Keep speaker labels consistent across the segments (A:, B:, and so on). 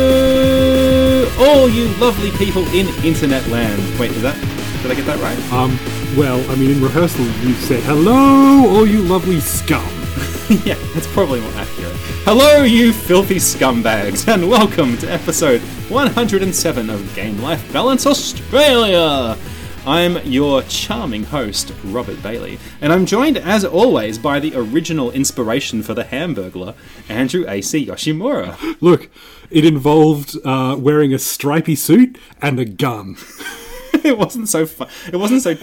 A: Hello, all you lovely people in internet land. Wait, is that? Did I get that right?
B: Um, well, I mean, in rehearsal, you said, Hello, all you lovely scum.
A: yeah, that's probably more accurate. Hello, you filthy scumbags, and welcome to episode 107 of Game Life Balance Australia. I'm your charming host, Robert Bailey, and I'm joined, as always, by the original inspiration for the Hamburglar, Andrew A.C. Yoshimura.
B: Look, it involved uh, wearing a stripy suit and a gun.
A: it wasn't so fun. It wasn't so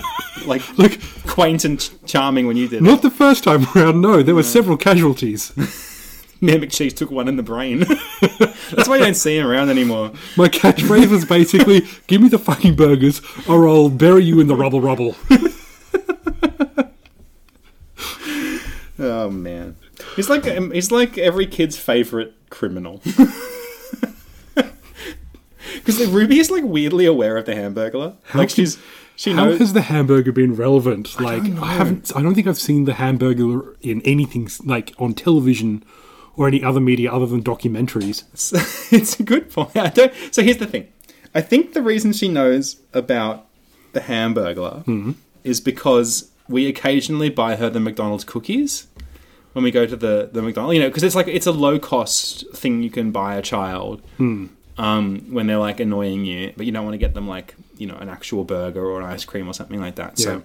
A: like
B: Look,
A: quaint and ch- charming when you did it.
B: not the first time around, no, there were several casualties.
A: Mimic Cheese took one in the brain. That's why you don't see him around anymore.
B: My catchphrase was basically, Give me the fucking burgers, or I'll bury you in the rubble rubble.
A: Oh man, he's like um, he's like every kid's favorite criminal. Because Ruby is like weirdly aware of the Hamburglar. like
B: can-
A: she's she
B: How
A: knows.
B: has the hamburger been relevant? Like,
A: don't know.
B: I haven't, I don't think I've seen the hamburger in anything, s- like, on television or any other media other than documentaries.
A: it's, it's a good point. I don't, so here's the thing. I think the reason she knows about the Hamburglar
B: Hmm.
A: is because we occasionally buy her the McDonald's cookies when we go to the the McDonald's. You know, because it's like it's a low cost thing you can buy a child
B: Hmm.
A: um, when they're like annoying you, but you don't want to get them like you know an actual burger or an ice cream or something like that. So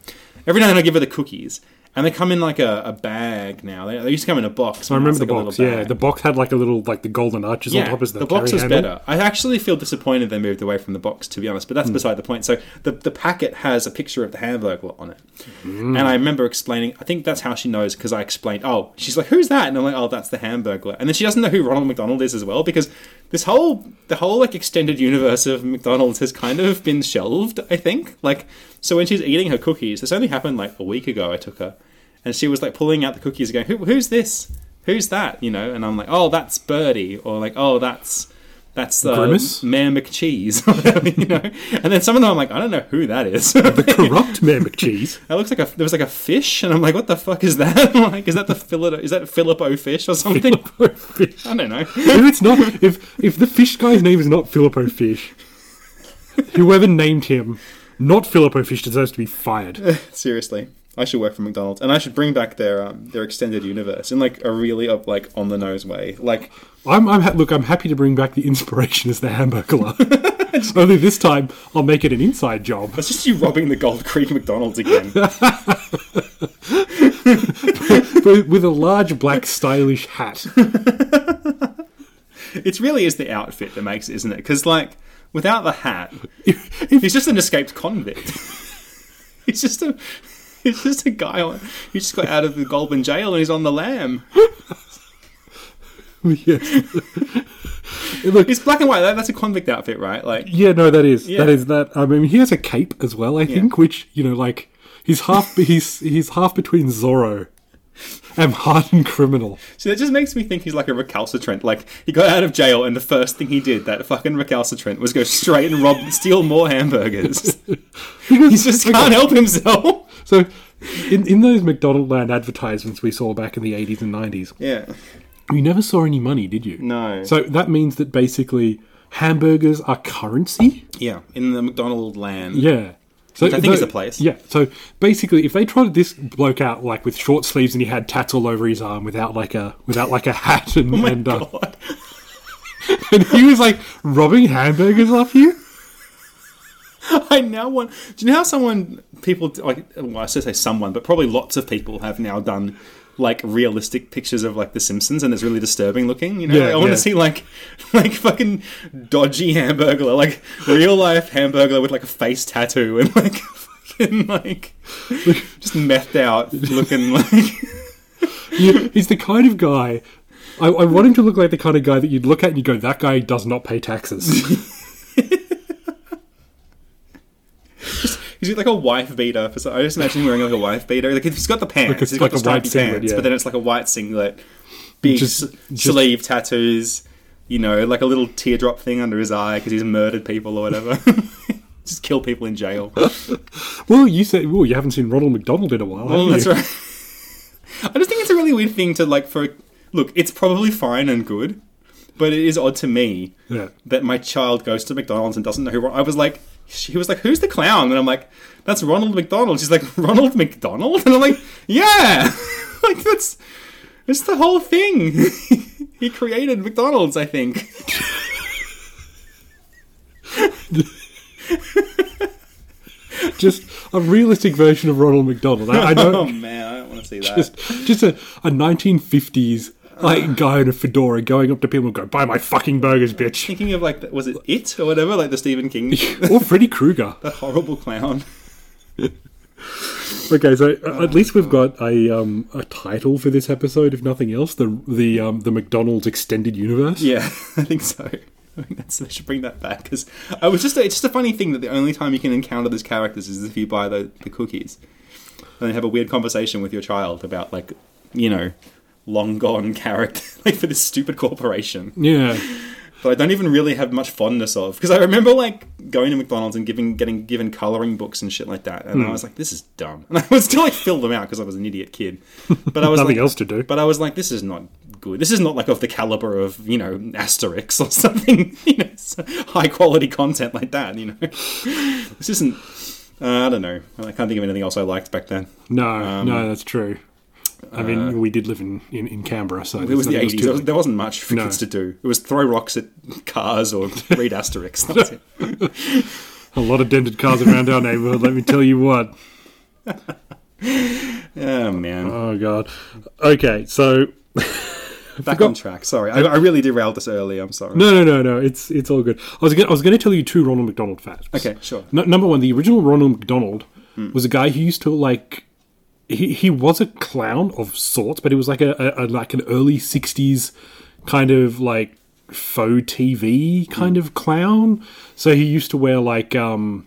A: every now and then I give her the cookies. And they come in like a, a bag now. They, they used to come in a box.
B: I remember the
A: like a
B: box.
A: little
B: Yeah,
A: bag.
B: the box had like a little like the golden arches on top as the,
A: the box
B: carry
A: was
B: handle.
A: better. I actually feel disappointed they moved away from the box, to be honest, but
B: Hmm.
A: that's beside the point. So the, the packet has a picture of the hamburger on it. And I remember explaining, I think that's how she knows because I explained, oh, she's like, who's that? And I'm like, oh, that's the hamburger. And then she doesn't know who Ronald McDonald is as well because this whole, the whole like extended universe of McDonald's has kind of been shelved, I think. Like, so when she's eating her cookies, this only happened like a week ago, I took her. And she was like pulling out the cookies, going, Who, "Who's this? Who's that?" You know, and I'm like, "Oh, that's Birdie," or like, "Oh, that's that's uh,
B: Grimace?
A: Mayor McCheese," you know. And then some of them, I'm like, "I don't know who that is." that
B: Corrupt Mayor McCheese.
A: looks like a there was like a fish, and I'm like, "What the fuck is that?" I'm like, is that the Philip? Is that Filippo fish or something?
B: Fish.
A: I don't know.
B: if it's not, if if the fish guy's name is not Filippo Fish, whoever named him not Filippo Fish deserves to be fired.
A: Seriously. I should work for McDonald's, and I should bring back their um, their extended universe in like a really up like on the nose way. Like
B: I'm, I'm ha- look. I'm happy to bring back the inspiration as the hamburger. Only this time, I'll make it an inside job.
A: that's just you robbing the Gold Creek McDonald's again.
B: with, with a large black stylish hat.
A: It really is the outfit that makes it, isn't it? Because like without the hat,
B: If-
A: he's just an escaped convict. he's just a he's just a guy on, who just got out of the Goulburn jail and he's on the lam.
B: yes. Look,
A: It's black and white. That, that's a convict outfit, right? Like
B: Yeah, no, that is
A: Yeah.
B: that is that. I mean, he has a cape as well. I think, which you know, like he's half he's he's half between Zorro and hardened criminal.
A: so that just makes me think he's like a recalcitrant. Like he got out of jail and the first thing he did, that fucking recalcitrant, was go straight and rob steal more hamburgers. he just can't help himself.
B: So, in in those McDonald Land advertisements we saw back in the eighties and nineties,
A: Yeah.
B: you never saw any money, did you?
A: No.
B: So that means that basically hamburgers are currency.
A: Yeah. In the McDonald land.
B: Yeah. So
A: Which I think is
B: though-
A: the place.
B: Yeah. So basically, if they trotted this bloke out like with short sleeves and he had tats all over his arm without like a without like a hat and,
A: Oh my
B: and uh,
A: God.
B: and he was like robbing hamburgers off you.
A: I now want. Do you know how someone people like? Well, I should say someone, but probably lots of people have now done like realistic pictures of like The Simpsons, and it's really disturbing looking. You know,
B: Yeah,
A: I want
B: yeah.
A: to see like like fucking dodgy hamburger, like real life hamburger with like a face tattoo and like fucking like just methed out looking like.
B: You- He's the kind of guy. I, I want him to look like the kind of guy that you'd look at and you go, "That guy does not pay taxes."
A: He's like a wife beater. For some, I just imagine him wearing like a wife beater. Like if he's got the pants,
B: it's
A: he's got
B: like
A: the
B: a white
A: stripy
B: singlet,
A: pants,
B: yeah.
A: but then it's like a white singlet, big
B: Just-
A: s-
B: just-
A: sleeve tattoos. You know, like a little teardrop thing under his eye because he's murdered people or whatever. just kill people in jail.
B: Well, you said, well, you haven't seen Ronald McDonald in a while. Have you?
A: That's right. I just think it's a really weird thing to like for. Look, it's probably fine and good, but it is odd to me
B: Yeah.
A: that my child goes to McDonald's and doesn't know who. Ron- I was like, she was like, "Who's the clown?" And I'm like, "That's Ronald McDonald." She's like, "Ronald McDonald," and I'm like, "Yeah, like that's it's the whole thing. he created McDonald's, I think."
B: Just a realistic version of Ronald McDonald. I, I
A: Oh
B: don't
A: man, I don't want to see that.
B: just just a, a 1950s like guy in a fedora going up to people and go, "Buy my fucking burgers, bitch."
A: Thinking of like, the- was it it or whatever, like the Stephen King,
B: or Freddy Krueger.
A: the horrible clown.
B: Okay, so uh, at least we've got a um, a title for this episode, if nothing else. The the um, the McDonald's extended universe.
A: Yeah, I think so. I think that's, they should bring that back because I was just—it's just a funny thing that the only time you can encounter these characters is if you buy the, the cookies, and then have a weird conversation with your child about like you know long gone character like for this stupid corporation
B: Yeah.
A: that I don't even really have much fondness of because I remember like going to McDonald's and giving getting given coloring books and shit like that, and
B: Hmm.
A: I was like, this is dumb, and I would still like fill them out because I was an idiot kid, but I was
B: Nothing
A: like,
B: else to do.
A: but I was like, this is not good. This is not like of the caliber of you know Asterix or something, you know, s- high quality content like that. You know, this isn't. Uh, I don't know. I can't think of anything else I liked back then.
B: No,
A: Um,
B: no, that's true. I mean, we did live in, in, in Canberra, so
A: uh, It was the eighties. There, was, there wasn't much for
B: No.
A: kids to do. It was throw rocks at cars or read Asterix. That's it.
B: a lot of dented cars around our neighborhood. Let me tell you what.
A: Oh man,
B: Oh god. Okay, so
A: back on track. Sorry, I, I really derailed this early. I'm sorry.
B: no, no, no, no. It's it's all good. I was gonna, I was going to tell you two Ronald McDonald facts.
A: Okay, sure.
B: No, number one, the original Ronald McDonald was a guy who used to like. He, he was a clown of sorts, but it was like a, a, a like an early '60s kind of like faux TV kind of clown. So he used to wear like um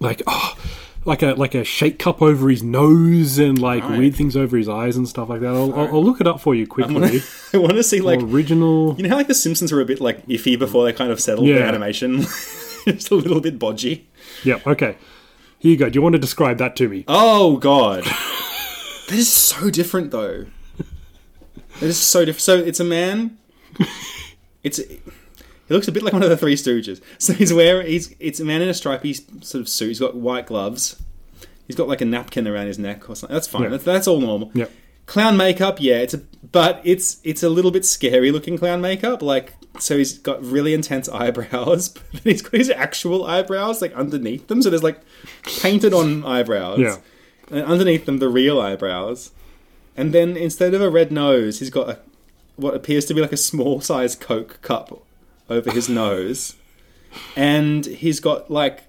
B: like oh, like a like a shake cup over his nose and like weird things over his eyes and stuff like that. I'll, I'll, I'll look it up for you quickly.
A: I want to see like
B: original.
A: you know how like the Simpsons were a bit like iffy before they kind of settled their
B: Yeah.
A: animation. Just a little bit bodgy.
B: Yeah. Okay. Here you go. Do you want to describe that to me?
A: Oh god. that is so different though. That is so different. So it's a man. It's he looks a bit like one of the Three Stooges. So he's wearing he's it's a man in a stripy sort of suit. He's got white gloves. He's got like a napkin around his neck or something. That's fine.
B: Yeah.
A: That's, that's all normal.
B: Yeah.
A: Clown makeup, yeah. It's a but it's it's a little bit scary looking clown makeup. Like so he's got really intense eyebrows, but then he's got his actual eyebrows like underneath them. So there's like painted on eyebrows.
B: Yeah.
A: And underneath them, the real eyebrows. And then instead of a red nose, he's got a, what appears to be like a small size Coke cup over his nose. And he's got like,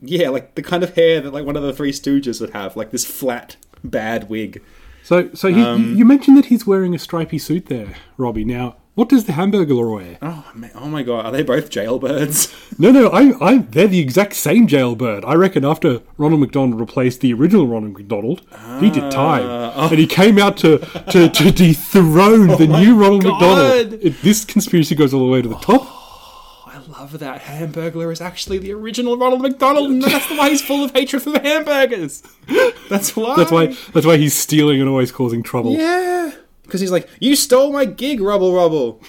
A: yeah, like the kind of hair that like one of the Three Stooges would have, like this flat, bad wig.
B: So, so he,
A: Um,
B: you mentioned that he's wearing a stripy suit there, Robbie. Now, what does the hamburger wear?
A: Oh, man, oh my god, are they both jailbirds?
B: No, no, I, I, they're the exact same jailbird. I reckon after Ronald McDonald replaced the original Ronald McDonald, he
A: Ah.
B: did time,
A: Oh.
B: and he came out to to, to dethrone the new Ronald
A: God.
B: McDonald. It, this conspiracy goes all the way to the top.
A: I love that. Hamburglar is actually the original Ronald McDonald, and that's why he's full of hatred for hamburgers. That's why.
B: That's why, that's why he's stealing and always causing trouble.
A: Yeah. Because he's like, you stole my gig, Rubble Rubble.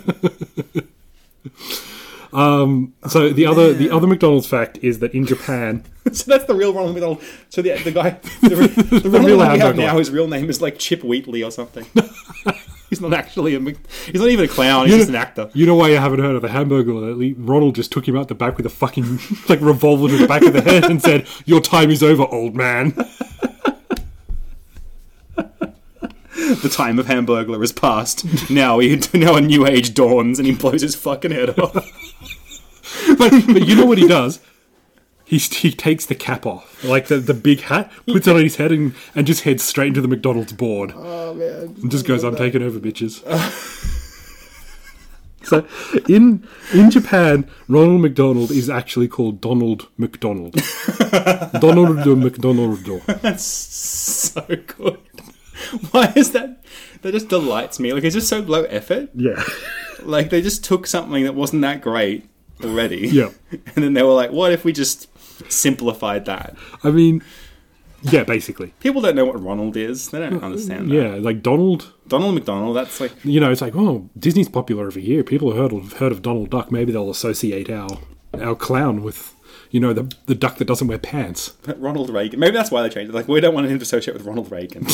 B: Um, So the other, the other McDonald's fact is that in Japan,
A: so that's the real Ronald McDonald. So the, the guy, the, the, Ronald
B: real
A: McDonald we have
B: hamburger.
A: now, his real name is like Chip Wheatley or something. he's not actually a, Mc- he's not even a clown, he's just an actor.
B: You know why you haven't heard of the hamburger lately? Ronald just took him out the back with a fucking like revolver to the back of the head and said, "Your time is over, old man."
A: The time of Hamburglar is past. Now he, now a new age dawns and he blows his fucking head off.
B: But but you know what he does? He st- he takes the cap off, like the the big hat, puts it on his head, and and just heads straight into the McDonald's board.
A: Oh man.
B: And just goes, "I'm taking over, bitches." So in in Japan, Ronald McDonald is actually called Donald McDonald. Donald McDonald.
A: That's so good. Why is that? That just delights me. Like it's just so low effort.
B: Yeah.
A: Like they just took something that wasn't that great already.
B: Yeah.
A: And then they were like, what if we just simplified that?
B: I mean Yeah, basically.
A: People don't know what Ronald is. They don't understand that.
B: Mm-hmm. Yeah, like Donald
A: Donald McDonald, that's like
B: you know, it's like, oh, Disney's popular over here. People have heard of, heard of Donald Duck. Maybe they'll associate our our clown with, you know, the the duck that doesn't wear pants.
A: Ronald Reagan. Maybe that's why they changed it. Like we don't want him to associate with Ronald Reagan.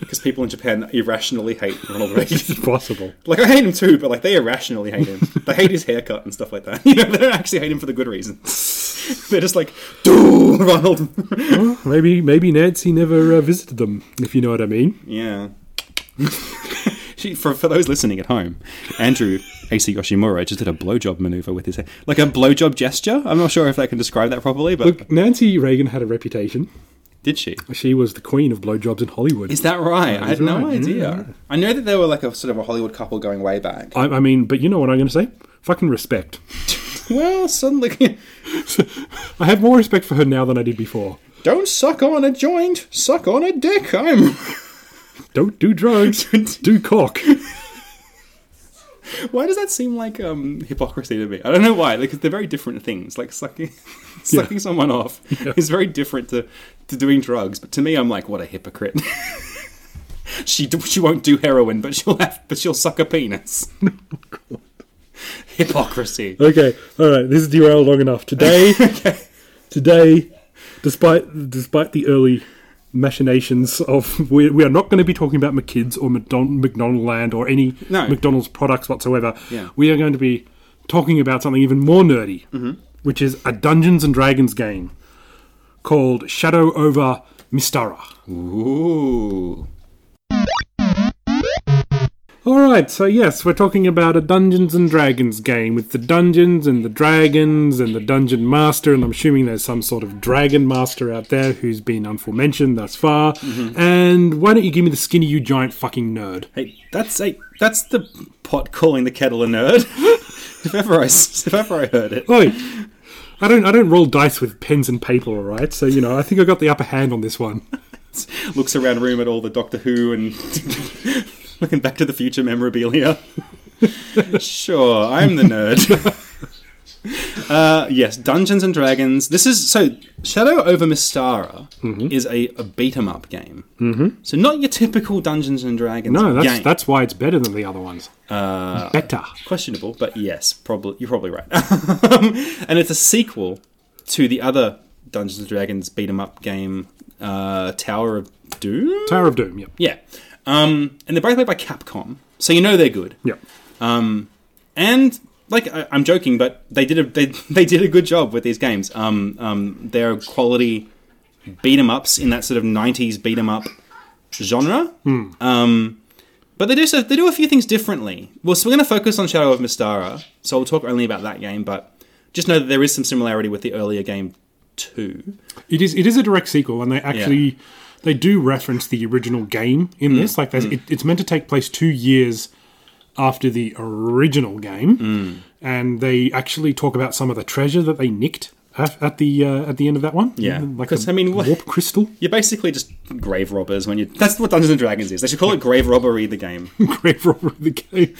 A: Because people in Japan irrationally hate Ronald Reagan.
B: It's possible.
A: Like I hate him too, but like they irrationally hate him. They hate his haircut and stuff like that. You know, they don't actually hate him for the good reasons. They're just like, do Ronald.
B: Well, maybe maybe Nancy never uh, visited them, if you know what I mean.
A: yeah. she, for for those listening at home, Andrew AC Yoshimura just did a blowjob maneuver with his hair, like a blowjob gesture. I'm not sure if I can describe that properly, but
B: Look, Nancy Reagan had a reputation.
A: did she?
B: She was the queen of blowjobs in Hollywood.
A: Is that right? I had no
B: right,
A: idea. I know that they were like a sort of a Hollywood couple going way back.
B: I, I mean, but you know what I'm going to say? Fucking respect.
A: Well, suddenly,
B: I have more respect for her now than I did before.
A: don't suck on a joint, suck on a dick. I'm.
B: Don't do drugs. do cock.
A: Why does that seem like um, hypocrisy to me? I don't know why. Like they're very different things. Like sucking, sucking someone off is very different to, to doing drugs. But to me, I'm like, what a hypocrite. she d- she won't do heroin, but she'll have, but she'll suck a penis. hypocrisy.
B: Okay, all right. This is derailed long enough. Today, today, despite despite the early machinations of we, we are not going to be talking about McKids or McDon- McDonald Land or any
A: No.
B: McDonald's products whatsoever.
A: Yeah.
B: We are going to be talking about something even more nerdy,
A: Mm-hmm.
B: which is a Dungeons and Dragons game called Shadow over Mistara.
A: Ooh.
B: All right, so yes, we're talking about a Dungeons and Dragons game with the dungeons and the dragons and the dungeon master, and I'm assuming there's some sort of dragon master out there who's been unforementioned thus far. And why don't you give me the skinny, you giant fucking nerd?
A: Hey, that's hey, that's the pot calling the kettle a nerd. if ever I s- if ever I heard it.
B: Oi! I don't, I don't roll dice with pens and paper, all right? So you know, I think I got the upper hand on this one.
A: looks around the room at all the Doctor Who and looking back to the future memorabilia. sure, I'm the nerd. uh, yes, Dungeons and Dragons. This is so Shadow over Mistara
B: Mm-hmm.
A: is a, a beat 'em up game. Mm-hmm. So not your typical Dungeons and Dragons.
B: No, that's
A: game.
B: that's why it's better than the other ones. better.
A: questionable, but yes, probably you're probably right. and it's a sequel to the other Dungeons and Dragons beat 'em up game, uh, Tower of Doom.
B: Tower of Doom. Yep.
A: Yeah. Um, and they're both made by Capcom, so you know they're good.
B: Yep.
A: And like I, I'm joking, but they did a they, they did a good job with these games. Um, um, they're quality beat 'em ups in that sort of 90s beat 'em up genre. Um, but they do so they do a few things differently. Well, so we're going to focus on Shadow of Mistara, so we'll talk only about that game. But just know that there is some similarity with the earlier game too.
B: It is it is a direct sequel, and they actually they do reference the original game in
A: Mm.
B: this. Like there's it, it's meant to take place two years after the original game,
A: Mm.
B: and they actually talk about some of the treasure that they nicked at, at the uh, at the end of that one.
A: Yeah.
B: like
A: 'Cause,
B: the
A: I mean, what-
B: warp crystal,
A: You're basically just grave robbers when you. That's what Dungeons and Dragons is. They should call it Grave Robbery the game.
B: grave robber of the game.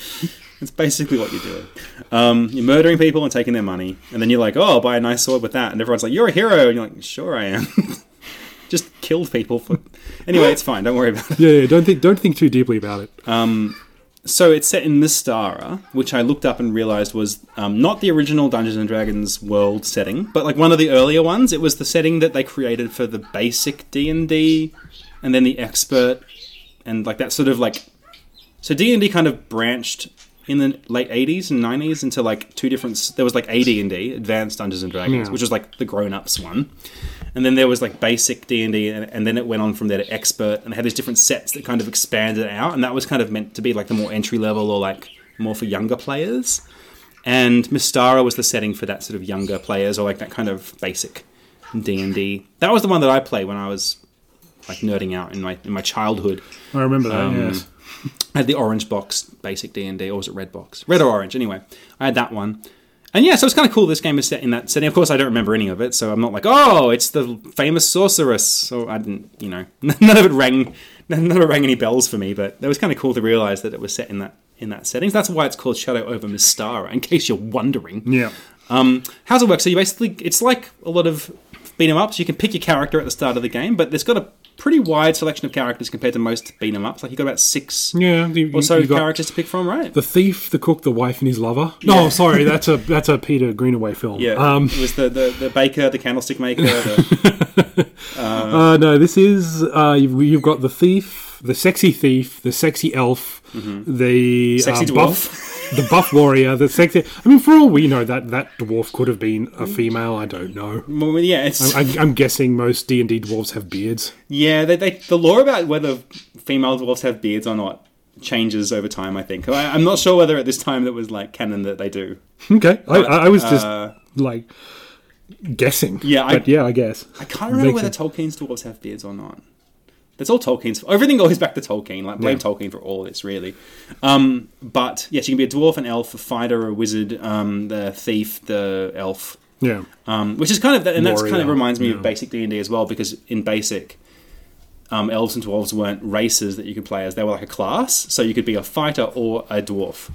A: It's basically what you're doing. Um, you're murdering people and taking their money, and then you're like, "Oh, I'll buy a nice sword with that," and everyone's like, "You're a hero," and you're like, "Sure, I am." Just killed people for. Anyway, it's fine. Don't worry about it.
B: Yeah, yeah, don't think don't think too deeply about it.
A: Uh, So it's set in Mistara, which I looked up and realized was um, not the original Dungeons and Dragons world setting, but like one of the earlier ones. It was the setting that they created for the basic D and D, and then the expert, and like that sort of like. So D and D kind of branched in the late '80s and '90s into like two different. s- There was like AD and D, Advanced Dungeons and Dragons,
B: Yeah.
A: which was like the grown-ups one, and then there was like basic D and D, and then it went on from there to expert, and they had these different sets that kind of expanded out, and that was kind of meant to be like the more entry level or like more for younger players. And Mistara was the setting for that sort of younger players or like that kind of basic D and D. That was the one that I played when I was like nerding out in my in my childhood.
B: I remember that.
A: Um,
B: yes.
A: I had the orange box basic D and D, or was it red box? Red or orange? Anyway, I had that one, and yeah, so it's kind of cool. This game is set in that setting. Of course, I don't remember any of it, so I'm not like, oh, it's the famous sorceress. So I didn't, you know, none of it rang, none of it rang any bells for me. But it was kind of cool to realize that it was set in that in that setting. So that's why it's called Shadow over Mistara. In case you're wondering,
B: Yeah.
A: um, how's it work? So you basically, it's like a lot of beat 'em ups. You can pick your character at the start of the game, but there's got a pretty wide selection of characters compared to most beat 'em ups. Like you got about six
B: Yeah. You, you-
A: or so
B: you got
A: characters to pick from, right?
B: the thief, the cook, the wife, and his lover. No,
A: Yeah.
B: sorry, that's a that's a Peter Greenaway film.
A: yeah,
B: Um,
A: it was the, the, the baker, the candlestick maker. The,
B: Uh, no, this is uh, you've, you've got the thief, the sexy thief, the sexy elf, the
A: Mm-hmm. Sexy
B: uh, buff, the buff warrior, the sexy. I mean, for all we know, that that dwarf could have been
A: Mm.
B: a female. I don't know.
A: well, yeah, it's,
B: I, I'm guessing most D and D dwarves have beards.
A: yeah. They, they, the law about whether female dwarfs have beards or not changes over time. I think I, I'm not sure whether at this time that was like canon that they do.
B: Okay, I, I, I was just
A: Uh,
B: like guessing.
A: Yeah, I-
B: but yeah, I guess.
A: I can't remember
B: Makes
A: whether Tolkien's dwarves have beards or not. That's all Tolkien's. Everything goes back to Tolkien. Like blame
B: Yeah.
A: Tolkien for all this, really. Um, but yes, you can be a dwarf, an elf, a fighter, a wizard, um, the thief, the elf,
B: Yeah,
A: um, which is kind of and that's kind of
B: Warrior,
A: reminds me
B: yeah.
A: of basic D and D as well because in basic, um, elves and dwarves weren't races that you could play as. They were like a class, so you could be a fighter or a dwarf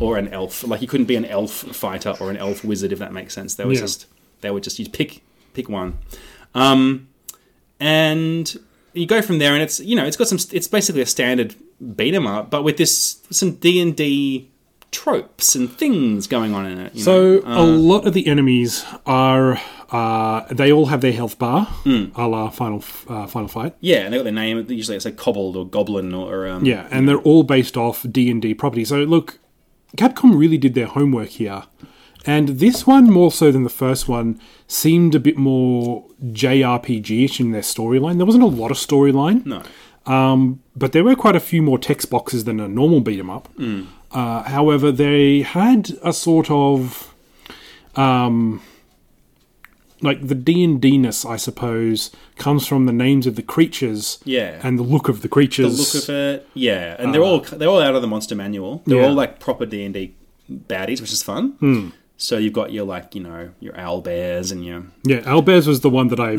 A: or an elf. Like you couldn't be an elf fighter or an elf wizard if that makes sense. They were
B: Yeah.
A: just they were just you pick pick one, um, and you go from there. And it's you know it's got some it's basically a standard beat 'em up, but with this some D and D tropes and things going on in it. you
B: So
A: know?
B: a lot of the enemies are uh, they all have their health bar,
A: Hmm.
B: a la Final F- uh, Final Fight.
A: Yeah, and they got their name. Usually it's like Cobbled or Goblin or. Um,
B: Yeah, and they're all based off D and D properties. So look, Capcom really did their homework here, and this one more so than the first one seemed a bit more JRPG-ish in their storyline. There wasn't a lot of storyline,
A: No.
B: um, but there were quite a few more text boxes than a normal beat 'em up.
A: Mm.
B: Uh, however, they had a sort of um, like the D and D-ness, I suppose, comes from the names of the creatures,
A: Yeah.
B: and the look of the
A: The
B: creatures.
A: look of it. Yeah, and they're all they're all out of the monster manual. They're
B: Ah. Yeah. Hmm.
A: all like proper D and D baddies, which is fun. So you've got your like you know your owl bears and your
B: Yeah, Albers was the one that I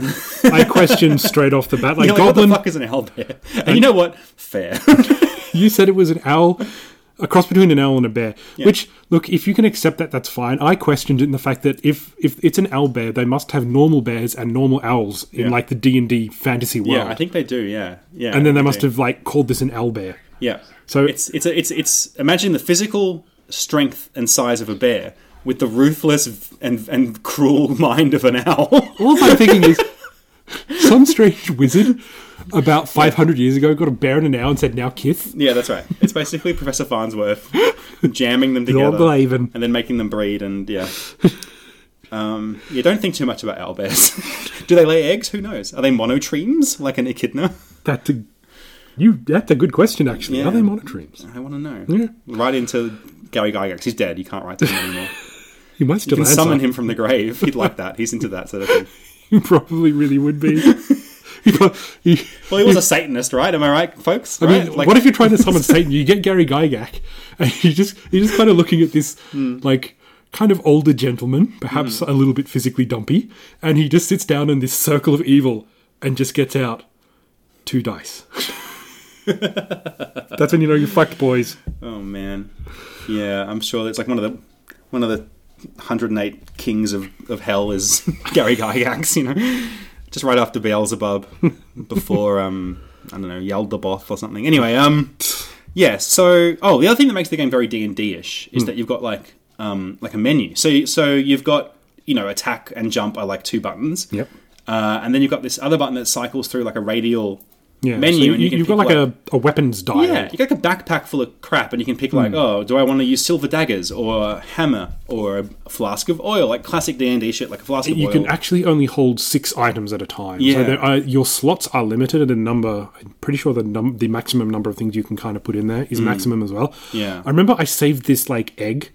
B: I questioned straight off the bat. Like
A: You're like,
B: Goblin,
A: What the fuck is an owl bear? And you know what? Fair.
B: you said it was an owl, a cross between an owl and a bear. Which, look, if you can accept that, that's fine. I questioned it in the fact that if if it's an owl bear, they must have normal bears and normal owls in
A: Yeah.
B: like the D and D fantasy world.
A: yeah, I think they do. Yeah, yeah.
B: and then they
A: do.
B: must have like called this an owl bear.
A: Yeah.
B: So-
A: it's it's a, it's it's imagine the physical strength and size of a bear with the ruthless v- and and cruel mind of an owl.
B: All I'm thinking is some strange wizard about 500 years ago got a bear and an owl and said, "Now kiss."
A: Yeah, that's right. It's basically Professor Farnsworth jamming them
B: You're
A: together
B: believing.
A: and then making them breed and yeah. Um, you don't think too much about owlbears. Do they lay eggs? Who knows? Are they monotremes like an echidna?
B: That's a you. That's a good question, actually.
A: Yeah.
B: Are they monotremes?
A: I want to know.
B: Yeah.
A: Right into Gary Gygax. He's dead. You can't write to him anymore.
B: You might still
A: You can
B: answer.
A: summon him from the grave. He'd like that. He's into that sort of thing.
B: You probably really would be. You got- you-
A: Well, he was a Satanist, right? Am I right, folks?
B: I mean,
A: right? Like-
B: what if you're trying to summon Satan? You get Gary Gygax, and you just you're just kind of looking at this
A: Hmm.
B: like kind of older gentleman, perhaps a little bit physically dumpy, and he just sits down in this circle of evil and just gets out two dice. That's when you know you fucked, boys.
A: Oh man, yeah, I'm sure that's like one of the one of the 108 kings of, of hell is Gary Gygax, you know, just right after Beelzebub, before um I don't know Yaldabaoth or something. Anyway, um yeah, so oh the other thing that makes the game very D and D ish
B: Hmm.
A: is that you've got like um like a menu. So so you've got you know attack and jump are like two buttons.
B: Yep.
A: Uh, and then you've got this other button that cycles through like a radial
B: Yeah,
A: menu,
B: so you,
A: and you can
B: have got
A: pick,
B: like, a, a weapons dial.
A: yeah, you got like a backpack full of crap, and you can pick like,
B: Hmm.
A: oh, do I want to use silver daggers or a hammer or a flask of oil, like classic D and D shit, like a flask of
B: You
A: oil.
B: can actually only hold six items at a time. So
A: Yeah.
B: there are, your slots are limited at a number. I'm pretty sure the num- the maximum number of things you can kind of put in there is maximum as well.
A: Mm. Yeah. Mm.
B: I remember I saved this like egg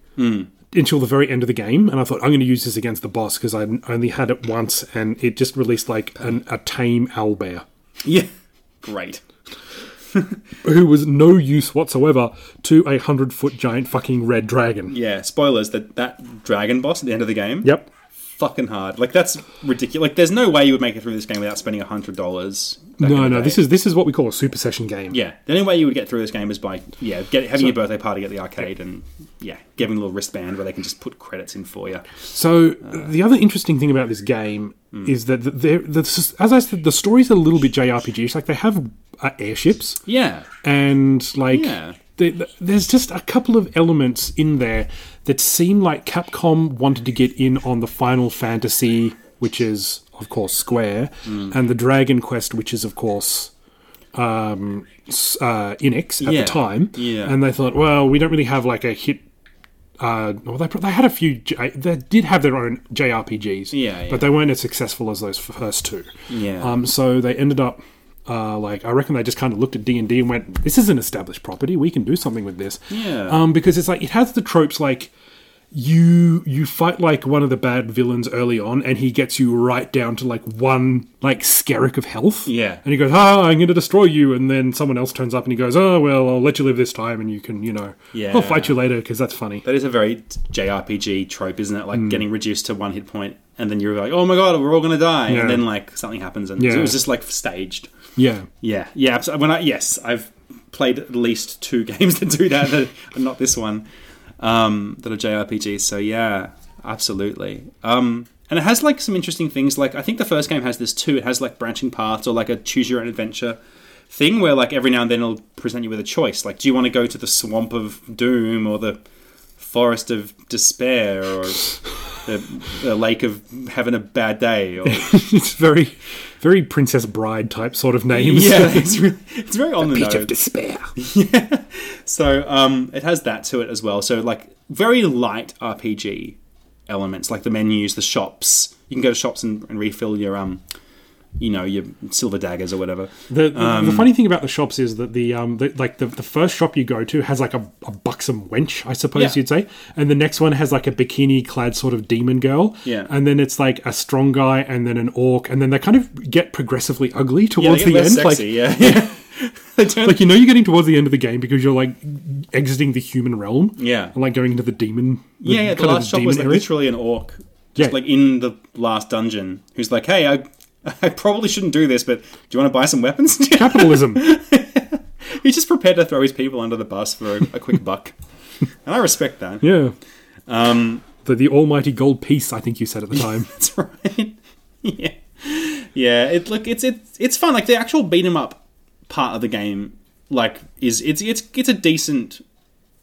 B: until the very end of the game, and I thought I'm going to use this against the boss because I only had it once, and it just released like an, a tame owl bear.
A: yeah, great.
B: who was no use whatsoever to a hundred foot giant fucking red dragon.
A: Yeah, spoilers that that dragon boss at the end of the game.
B: Yep.
A: Fucking hard. Like that's ridiculous. Like there's no way you would make it through this game without spending hundred dollars.
B: No, no, this is this is what we call a super session game.
A: Yeah, the only way you would get through this game is by yeah get, having your birthday party at the arcade and yeah giving a little wristband where they can just put credits in for you.
B: So the other interesting thing about this game is that they're, the, as I said, the stories are a little bit JRPG-ish. Like they have uh, airships.
A: Yeah,
B: and like
A: Yeah.
B: th- th- there's just a couple of elements in there that seem like Capcom wanted to get in on the Final Fantasy, which is of course Square,
A: Mm.
B: and the Dragon Quest, which is of course um, s- uh, Enix at
A: Yeah.
B: the time.
A: Yeah.
B: And they thought, well, we don't really have like a hit. Uh, well, they, pro- they had a few. J- they did have their own JRPGs,
A: Yeah, yeah.
B: but they weren't as successful as those first two.
A: Yeah.
B: Um, so they ended up uh, like I reckon they just kind of looked at D and D and went, "This is an established property. We can do something with this."
A: Yeah.
B: Um, because it's like it has the tropes like you you fight like one of the bad villains early on, and he gets you right down to like one like skerrick of health.
A: Yeah.
B: And he goes, "Ah, I'm going to destroy you," and then someone else turns up and he goes, "Oh well, I'll let you live this time, and you can you know
A: Yeah.
B: I'll fight you later because that's funny."
A: that is a very JRPG trope, isn't it? Like
B: Hmm.
A: getting reduced to one hit point and then you're like, oh my god, we're all gonna die,
B: Yeah.
A: and then like something happens, and
B: Yeah.
A: it was just like staged.
B: Yeah.
A: Yeah, yeah. abso- When I yes, I've played at least two games that do that, that not this one, um, that are JRPGs. So yeah, absolutely. Um, and it has like some interesting things. Like I think the first game has this too. It has like branching paths or like a choose your own adventure thing where like every now and then it'll present you with a choice. Like, do you want to go to the swamp of doom or the forest of despair or the, the lake of having a bad day or
B: it's very very Princess Bride type sort of names.
A: yeah, it's really, it's very on the,
B: Beach
A: nose.
B: of despair.
A: So um, it has that to it as well. So like very light RPG elements, like the menus, the shops. You can go to shops and, and refill your um, you know, your silver daggers or whatever.
B: The, the,
A: Um,
B: the funny thing about the shops is that the um the, like the, the first shop you go to has like a, a buxom wench I suppose
A: Yeah.
B: you'd say and the next one has like a bikini clad sort of demon girl
A: Yeah.
B: and then it's like a strong guy and then an orc and then they kind of get progressively ugly
A: Yeah, they
B: towards
A: get
B: the end
A: less
B: like
A: sexy, yeah. yeah. They turn-
B: like you know you're getting towards the end of the game because you're like exiting the human realm
A: Yeah.
B: and like going into the demon
A: yeah, yeah, the
B: kind of
A: last shop was like,
B: area.
A: literally an orc, just
B: Yeah.
A: like in the last dungeon, who's like, "Hey, I, I probably shouldn't do this, but do you want to buy some weapons?"
B: capitalism
A: He's just prepared to throw his people under the bus for a, a quick buck, and I respect that.
B: yeah um
A: Um,
B: the, the almighty gold piece I think you said at the time
A: That's right. yeah, yeah. It look it's it's it's fun. Like the actual beat 'em up part of the game, like is it's it's it's a decent.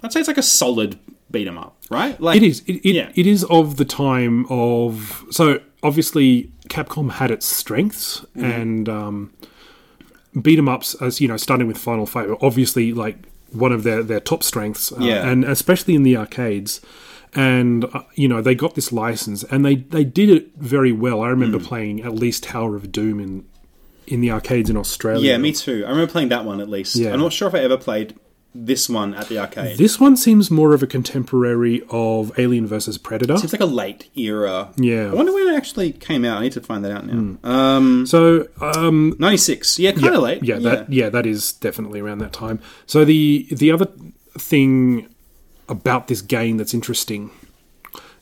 A: I'd say it's like a solid beat 'em up, right? Like
B: It is. It, it,
A: yeah.
B: it is of the time of. So obviously, Capcom had its strengths
A: Mm-hmm.
B: and um, beat 'em ups, as you know, starting with Final Fight, were obviously like one of their their top strengths, uh,
A: Yeah.
B: and especially in the arcades. And uh, you know they got this license, and they they did it very well. I remember
A: Mm.
B: playing at least Tower of Doom in in the arcades in Australia.
A: yeah, me too. I remember playing that one at least.
B: Yeah.
A: I'm not sure if I ever played this one at the arcade.
B: This one seems more of a contemporary of Alien versus Predator.
A: Seems like a late era.
B: Yeah.
A: I wonder when it actually came out. I need to find that out now.
B: So um,
A: 96. Yeah, kind of late.
B: yeah, that yeah, that is definitely around that time. So the the other thing about this game that's interesting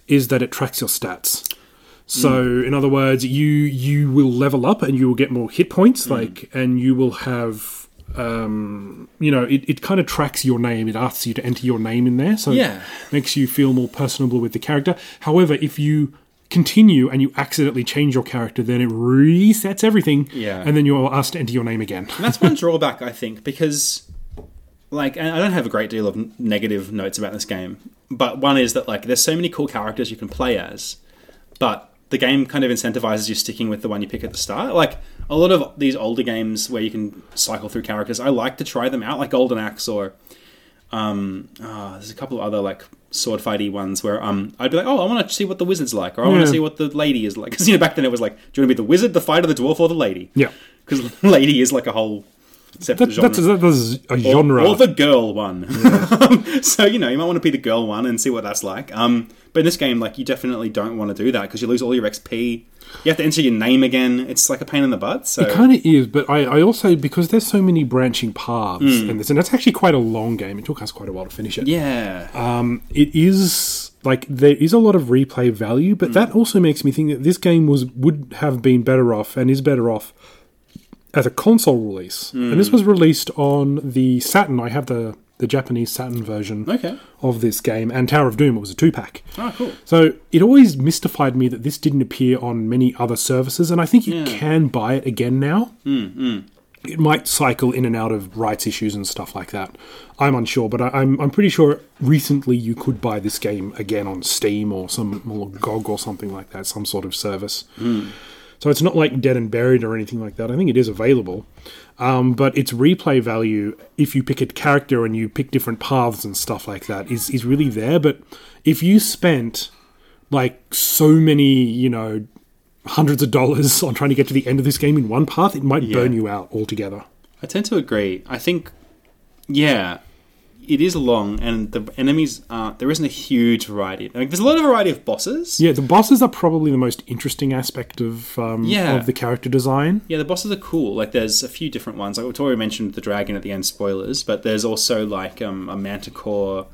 B: is that it tracks your stats. So
A: Mm.
B: in other words, you you will level up and you will get more hit points,
A: Mm.
B: like, and you will have. Um, you know, it, it kind of tracks your name. It asks you to enter your name in there, so
A: Yeah.
B: it makes you feel more personable with the character. However, if you continue and you accidentally change your character, then it resets everything,
A: Yeah.
B: and then you're asked to enter your name again.
A: And that's one drawback, I think, because like and I don't have a great deal of n- negative notes about this game, but one is that like there's so many cool characters you can play as, but the game kind of incentivizes you sticking with the one you pick at the start. Like a lot of these older games where you can cycle through characters, I like to try them out, like Golden Axe or um, ah, there's a couple of other like sword fighty ones where um, I'd be like, oh, I want to see what the wizard's like, or I want
B: Yeah.
A: to see what the lady is like. Because you know back then it was like, do you want to be the wizard, the fighter, the dwarf, or the lady?
B: Yeah.
A: because lady is like a whole except
B: That,
A: genre.
B: that's, that- that's a
A: Or-
B: genre.
A: Or, the girl one. so, you know, you might want to be the girl one and see what that's like. Um, but in this game, like, you definitely don't want to do that because you lose all your XP. You have to enter your name again. It's like a pain in the butt. So,
B: It kind of is, but I, I also because there's so many branching paths in this, and it's actually quite a long game. It took us quite a while to finish it.
A: Hmm. yeah.
B: Um, it is like there is a lot of replay value,
A: Hmm.
B: but that also makes me think that this game was would have been better off and is better off as a console release. And
A: Hmm.
B: this was released on the Saturn. I have the the Japanese Saturn version
A: Okay.
B: of this game and Tower of Doom. It was a two pack.
A: Oh, cool.
B: So it always mystified me that this didn't appear on many other services, and I think you can buy it again now. Mm, It might cycle in and out of rights issues and stuff like that. I'm unsure, but I, I'm, I'm pretty sure recently you could buy this game again on Steam or some or GOG or something like that, some sort of service. So it's not like dead and buried or anything like that. I think it is available. Um, but its replay value, if you pick a character and you pick different paths and stuff like that, is, is really there. But if you spent like so many, you know, hundreds of dollars on trying to get to the end of this game in one path, it might burn you out altogether.
A: I tend to agree. I think, yeah, it is long, and the enemies are there isn't a huge variety. Like, there's a lot of variety of bosses.
B: Yeah, the bosses are probably the most interesting aspect of um,
A: Yeah.
B: of the character design.
A: Yeah, the bosses are cool. Like, there's a few different ones. Like, Tori mentioned the dragon at the end, spoilers, but there's also, like, um, a manticore.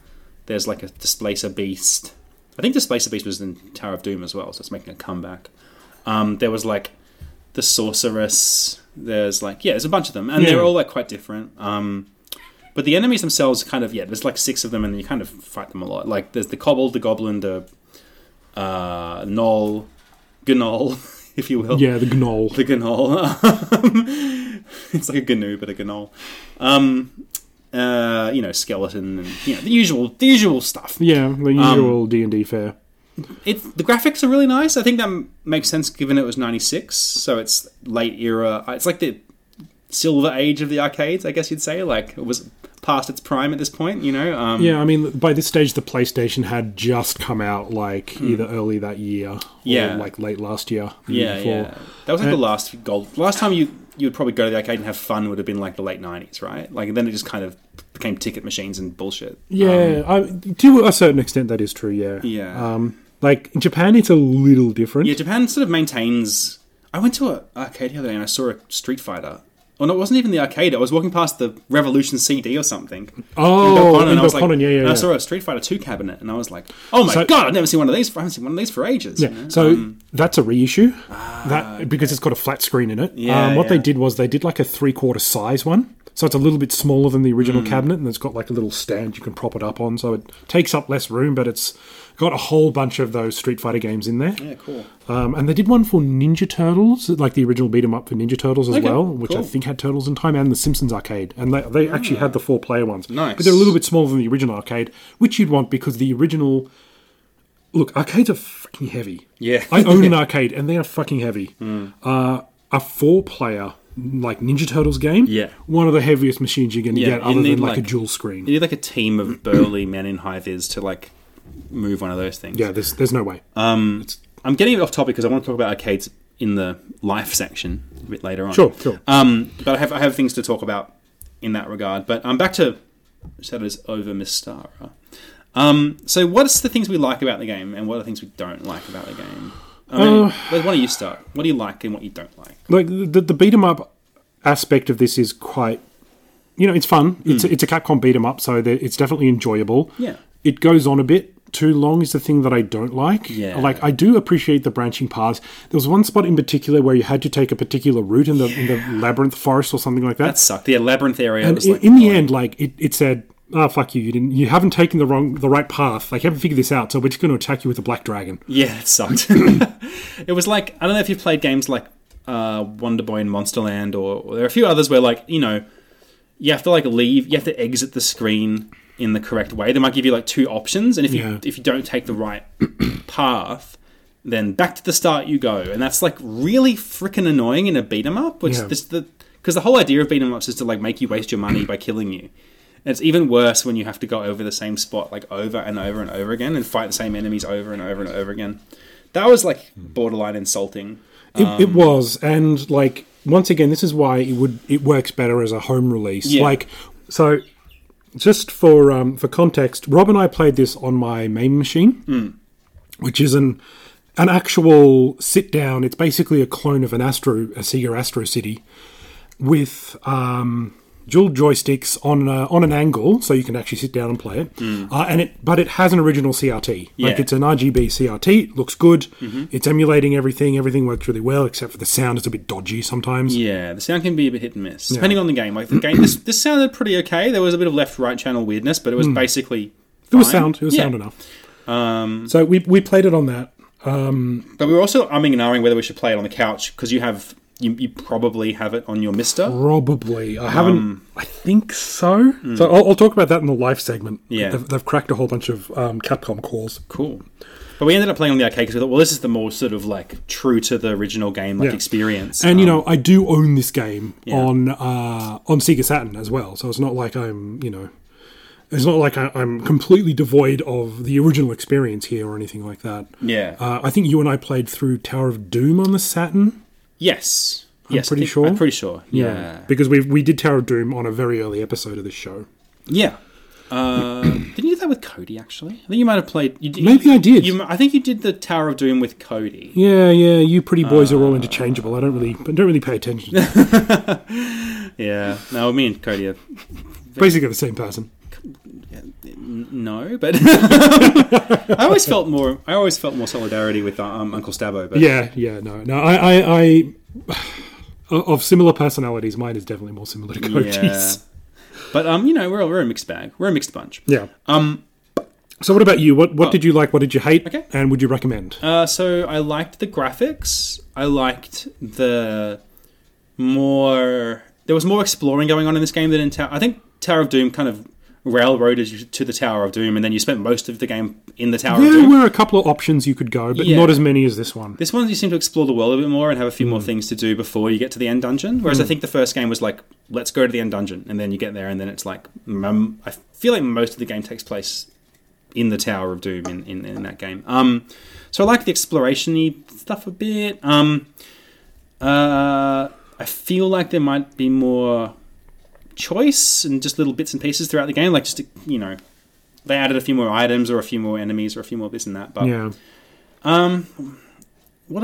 A: There's, like, a displacer beast. I think displacer beast was in Tower of Doom as well, so it's making a comeback. Um, there was, like, the sorceress. There's, like, yeah, there's a bunch of them, and
B: Yeah.
A: they're all, like, quite different. Um, but the enemies themselves kind of, yeah, there's, like, six of them, and you kind of fight them a lot. Like, there's the kobold, the goblin, the uh, gnoll, gnoll, if you will
B: Yeah, the gnoll.
A: the gnoll. it's like a gnu, but a gnoll. Um, uh, you know, skeleton and you know the usual, the usual stuff.
B: Yeah, the usual D and D fare.
A: It's the graphics are really nice. I think that m- makes sense given it was '96, so it's late era. uh, It's like the silver age of the arcades, I guess you'd say. Like it was past its prime at this point. You know. Um,
B: Yeah, I mean, by this stage, the PlayStation had just come out, like either early that year, or
A: Hmm. Yeah.
B: like late last year. the year
A: Yeah,
B: before.
A: yeah. That was like the last gold. Last time you you would probably go to the arcade and have fun would have been like the late '90s, right? Like then it just kind of became ticket machines and bullshit.
B: yeah. I, to a certain extent, that is true. Yeah,
A: Um, Yeah.
B: Um, like in Japan, it's a little different.
A: Yeah, Japan sort of maintains. I went to an arcade the other day and I saw a Street Fighter. Oh no, it wasn't even the arcade. I was walking past the Revolution CD or something.
B: Oh,
A: Dokkan,
B: in
A: and I was
B: Dokkan,
A: like,
B: yeah, yeah,
A: and
B: yeah.
A: I saw a Street Fighter Two cabinet, and I was like, "Oh my
B: So-
A: god, I've never seen one of these. For, I haven't seen one of these for ages." you
B: Yeah,
A: know?
B: so that's a reissue. that because it's got a flat screen in it.
A: Ah, Yeah,
B: um, what they
A: yeah.
B: did was they did like a three-quarter size one, so it's a little bit smaller than the
A: Hmm.
B: original cabinet, and it's got like a little stand you can prop it up on, so it takes up less room, but it's got a whole bunch of those Street Fighter games in there.
A: yeah, cool.
B: Um, and they did one for Ninja Turtles, like the original beat 'em up for Ninja Turtles as
A: Okay,
B: well, which I
A: cool.
B: think had Turtles in time and the Simpsons arcade. And they, they actually had the four player ones.
A: Nice.
B: But they're a little bit smaller than the original arcade, which you'd want because the original. Look, arcades are fucking heavy.
A: Yeah. Hmm.
B: I own an arcade and they are fucking heavy. Uh, a four player, like Ninja Turtles game,
A: Yeah.
B: one of the heaviest machines you're going to
A: Yeah,
B: get
A: you
B: other than
A: need,
B: like, a
A: like-
B: dual screen.
A: You need like a team of burly men in high vis to like move one of those things.
B: yeah, there's, there's no way.
A: I'm getting a bit off topic because I want to talk about arcades in the life section a bit later on.
B: Sure, sure.
A: Um, but I have I have things to talk about in that regard. But um, back to Shadows over Mistara. Um, so what's the things we like about the game, and what are things we don't like about the game? I
B: Uh,
A: mean, why don't you start? What do you like and what you don't like?
B: like the the beat 'em up aspect of this is quite you know it's fun it's a, it's a capcom beat 'em up so that it's definitely enjoyable
A: Mm. Yeah.
B: it goes on a bit too long is the thing that i don't like
A: Yeah.
B: like i do appreciate the branching paths there was one spot in particular where you had to take a particular route in the in the labyrinth forest or something like
A: That sucked. The labyrinth area
B: and
A: was
B: in,
A: like
B: in the end, like it, it said, "Oh fuck you! You didn't. You haven't taken the wrong, the right path. Like you haven't figured this out. So we're just going to attack you with a black dragon."
A: Yeah, it sucked. it was like I don't know if you've played games like uh, Wonder Boy and Monsterland, or, or there are a few others where like you know you have to like leave, you have to exit the screen in the correct way. They might give you like two options, and if you
B: Yeah.
A: if you don't take the right path, then back to the start you go, and that's like really freaking annoying in a beat 'em up. Which
B: Yeah.
A: this the because the whole idea of beat 'em ups is to like make you waste your money by killing you. And it's even worse when you have to go over the same spot like over and over and over again and fight the same enemies over and over and
B: Hmm.
A: over again. That was like borderline insulting.
B: It, it was, and like once again, this is why it would it works better as a home release.
A: Yeah.
B: Like so, just for um, for context, Rob and I played this on my main machine,
A: Hmm.
B: which is an an actual sit down. It's basically a clone of an Astro a Sega Astro City with um, dual joysticks on a, on an angle, so you can actually sit down and play it. Uh, and it, but it has an original CRT. Like
A: Hmm. Yeah.
B: it's an RGB CRT. It looks good.
A: Mm-hmm.
B: It's emulating everything. Everything works really well, except for the sound is a bit dodgy sometimes.
A: Yeah, the sound can be a bit hit and miss depending on the game. Like the game, this, this sounded pretty okay. There was a bit of left right channel weirdness, but it was basically
B: Hmm. It was
A: fine.
B: sound. It was
A: Yeah.
B: sound enough. Um, so we we played it on that.
A: But we were also umming and ahhing whether we should play it on the couch because you have you, you probably have it on your Mister.
B: Probably. I haven't.
A: Um,
B: I think so. So I'll, I'll talk about that in the live segment.
A: mm. Yeah.
B: They've, they've cracked a whole bunch of um, Capcom calls.
A: Cool. But we ended up playing on the arcade because we thought, well, this is the more sort of like true to the original game like
B: Yeah.
A: experience.
B: And you know, I do own this game on uh, on Sega Saturn as well, so it's not like I'm you know, it's not like I, I'm completely devoid of the original experience here or anything like that.
A: yeah.
B: Uh, I think you and I played through Tower of Doom on the Saturn.
A: yes. I'm yes, I
B: pretty
A: think-
B: sure.
A: I'm pretty sure. Yeah.
B: because we we did Tower of Doom on a very early episode of this show.
A: Yeah. Uh, didn't you do that with Cody? Actually, I think you might have played. You, did-
B: Maybe I did.
A: You, mi- I think you did the Tower of Doom with Cody.
B: Yeah, yeah. You pretty boys are
A: Ah.
B: all interchangeable. I don't really, I don't really pay attention. to
A: Yeah. No, me and Cody are
B: Basically, the same person.
A: no, but I always felt more. I always felt more solidarity with um, Uncle Stabbo. But
B: Yeah, yeah. No, no. I, I, I of similar personalities, mine is definitely more similar to Cody's.
A: Yeah. But um, you know, we're, all- we're a mixed bag. We're a mixed bunch.
B: Yeah.
A: Um, Oh.
B: So, what about you? What what did you like? What did you hate?
A: Okay.
B: And would you recommend?
A: Uh, so I liked the graphics. I liked the more. There was more exploring going on in this game than in Tower. I think Tower of Doom kind of railroaded you to the Tower of Doom, and then you spent most of the game in the Tower of
B: there
A: Doom.
B: were a couple of options you could go, but
A: Yeah.
B: not as many as this one.
A: This one, you seem to explore the world a bit more and have a few more things to do before you get to the end dungeon. Whereas I think the first game was like, let's go to the end dungeon, and then you get there, and then it's like, mm, I feel like most of the game takes place in the Tower of Doom in, in, in that game. Um, so I like the exploration-y stuff a bit. Um, uh, I feel like there might be more choice and just little bits and pieces throughout the game, like just you know, they added a few more items or a few more enemies or a few more this and that. But
B: Yeah.
A: what I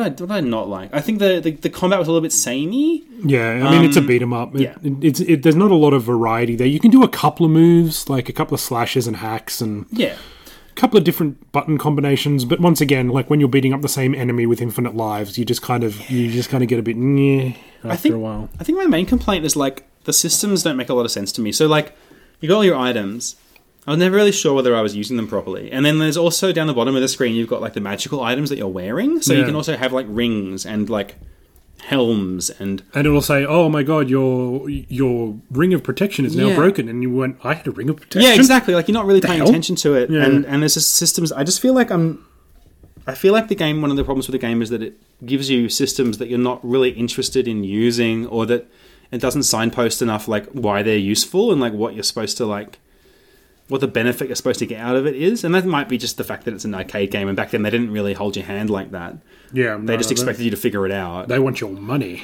A: what did I not like. I think the, the the combat was a little bit samey.
B: Yeah. I mean, it's a beat 'em up. It-
A: Um, yeah.
B: it- it's it, there's not a lot of variety there. You can do a couple of moves, like a couple of slashes and hacks, and
A: Yeah,
B: a couple of different button combinations. But once again, like when you're beating up the same enemy with infinite lives, you just kind of you just kind of get a bit yeah after
A: I think
B: a while.
A: I think my main complaint is like the systems don't make a lot of sense to me. So like, you got all your items. I was never really sure whether I was using them properly. And then there's also down the bottom of the screen, you've got like the magical items that you're wearing. So
B: Yeah.
A: you can also have like rings and like helms and
B: And it'll say, "Oh my god, your your ring of protection is now
A: Yeah.
B: broken," and you went, "I had a ring of protection."
A: yeah, exactly. Like you're not really paying
B: hell?
A: attention to it,
B: Yeah.
A: and and there's just systems. I just feel like I'm. I feel like the game. One of the problems with the game is that it gives you systems that you're not really interested in using, or that it doesn't signpost enough like why they're useful and like what you're supposed to like, what the benefit you're supposed to get out of it is. And that might be just the fact that it's an arcade game, and back then they didn't really hold your hand like that.
B: Yeah,
A: They just expected you to figure it out.
B: They want your money.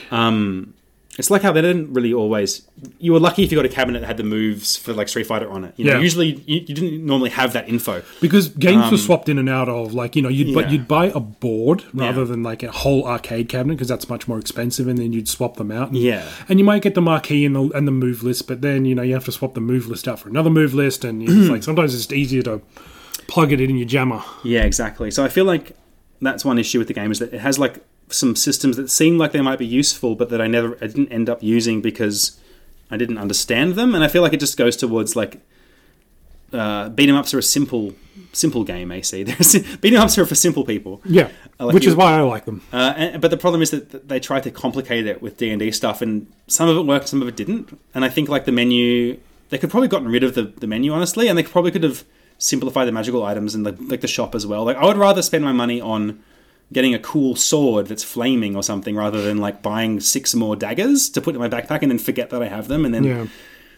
A: It's like how they didn't really always. You were lucky if you got a cabinet that had the moves for like Street Fighter on it. You know,
B: Yeah.
A: usually you, you didn't normally have that info.
B: because games were swapped in and out of like you know you'd but
A: Um, Yeah.
B: you'd buy a board rather
A: Yeah.
B: than like a whole arcade cabinet because that's much more expensive and then you'd swap them out and,
A: Yeah.
B: and you might get the marquee and the, and the move list but then you know you have to swap the move list out for another move list and it's like sometimes it's just easier to plug it in your jammer
A: Yeah, exactly. So I feel like that's one issue with the game is that it has like some systems that seem like they might be useful, but that I never, I didn't end up using because I didn't understand them, and I feel like it just goes towards like uh, beat 'em ups are a simple, simple game. AC, They're si- beat 'em ups are for simple people.
B: yeah
A: I like
B: which
A: you-
B: is why i like them
A: Uh, and, but the problem is that th- they tried to complicate it with D and D stuff, and some of it worked, some of it didn't. And I think like the menu, they could probably gotten rid of the, the menu honestly, and they probably could have simplified the magical items and the, like the shop as well. Like I would rather spend my money on getting a cool sword that's flaming or something rather than like buying six more daggers to put in my backpack and then forget that I have them, and then
B: Yeah.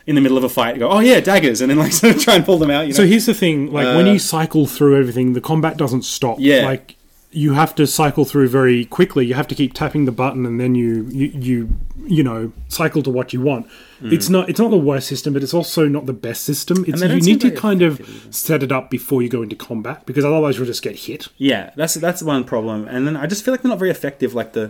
A: in the middle of a fight go, oh yeah, daggers, and then like sort of try and pull them out. You know?
B: so here's the thing like when you cycle through everything the combat doesn't stop
A: Uh, Yeah.
B: like you have to cycle through very quickly you have to keep tapping the button and then you you, you you know cycle to what you want. It's not it's not the worst system, but it's also not the best system.
A: Mm.
B: It's
A: they
B: you
A: don't seem
B: need to
A: very
B: kind of set it up before you go into combat because otherwise you'll just get hit.
A: Yeah, that's that's one problem. And then I just feel like they're not very effective. Like the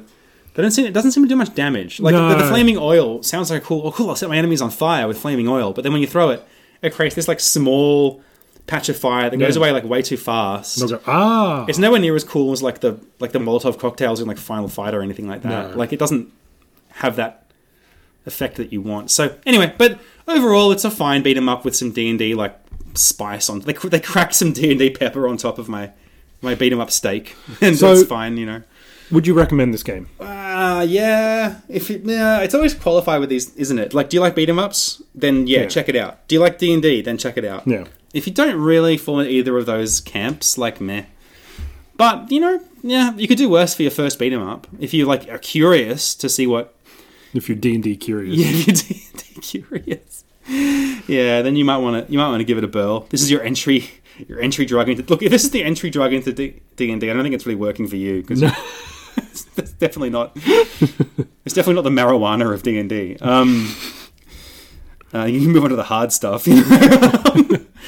A: they don't seem it doesn't seem to do much damage. Like the, the
B: No.
A: flaming oil sounds like cool. Oh, cool! I'll set my enemies on fire with flaming oil. But then when you throw it, it creates this like small patch of fire that goes
B: Yeah.
A: away like way too fast.
B: They'll go, ah,
A: It's nowhere near as cool as like the like the Molotov cocktails in like Final Fight or anything like that.
B: No.
A: Like it doesn't have that effect that you want. So anyway, but overall, it's a fine beat 'em up with some D and D like spice on. They cr- they cracked some D and D pepper on top of my my beat 'em up steak, and
B: So-
A: that's fine, you know.
B: would you recommend this game?
A: Uh, yeah. If it, yeah, it's always qualified with these, isn't it? Like, do you like beat 'em ups? Then yeah,
B: Yeah.
A: check it out. Do you like D and D? Then check it out.
B: Yeah.
A: If you don't really fall in either of those camps, like meh. But you know, yeah, you could do worse for your first beat 'em up if you like are curious to see what
B: If you're D and D curious,
A: yeah, if you're D&D curious. Yeah, then you might want to you might want to give it a burl. This is your entry your entry drug into look. If this is the entry drug into D and D, I don't think it's really working for you because it's definitely not. It's definitely not the marijuana of D and D. Um, uh, you can move on to the hard stuff. but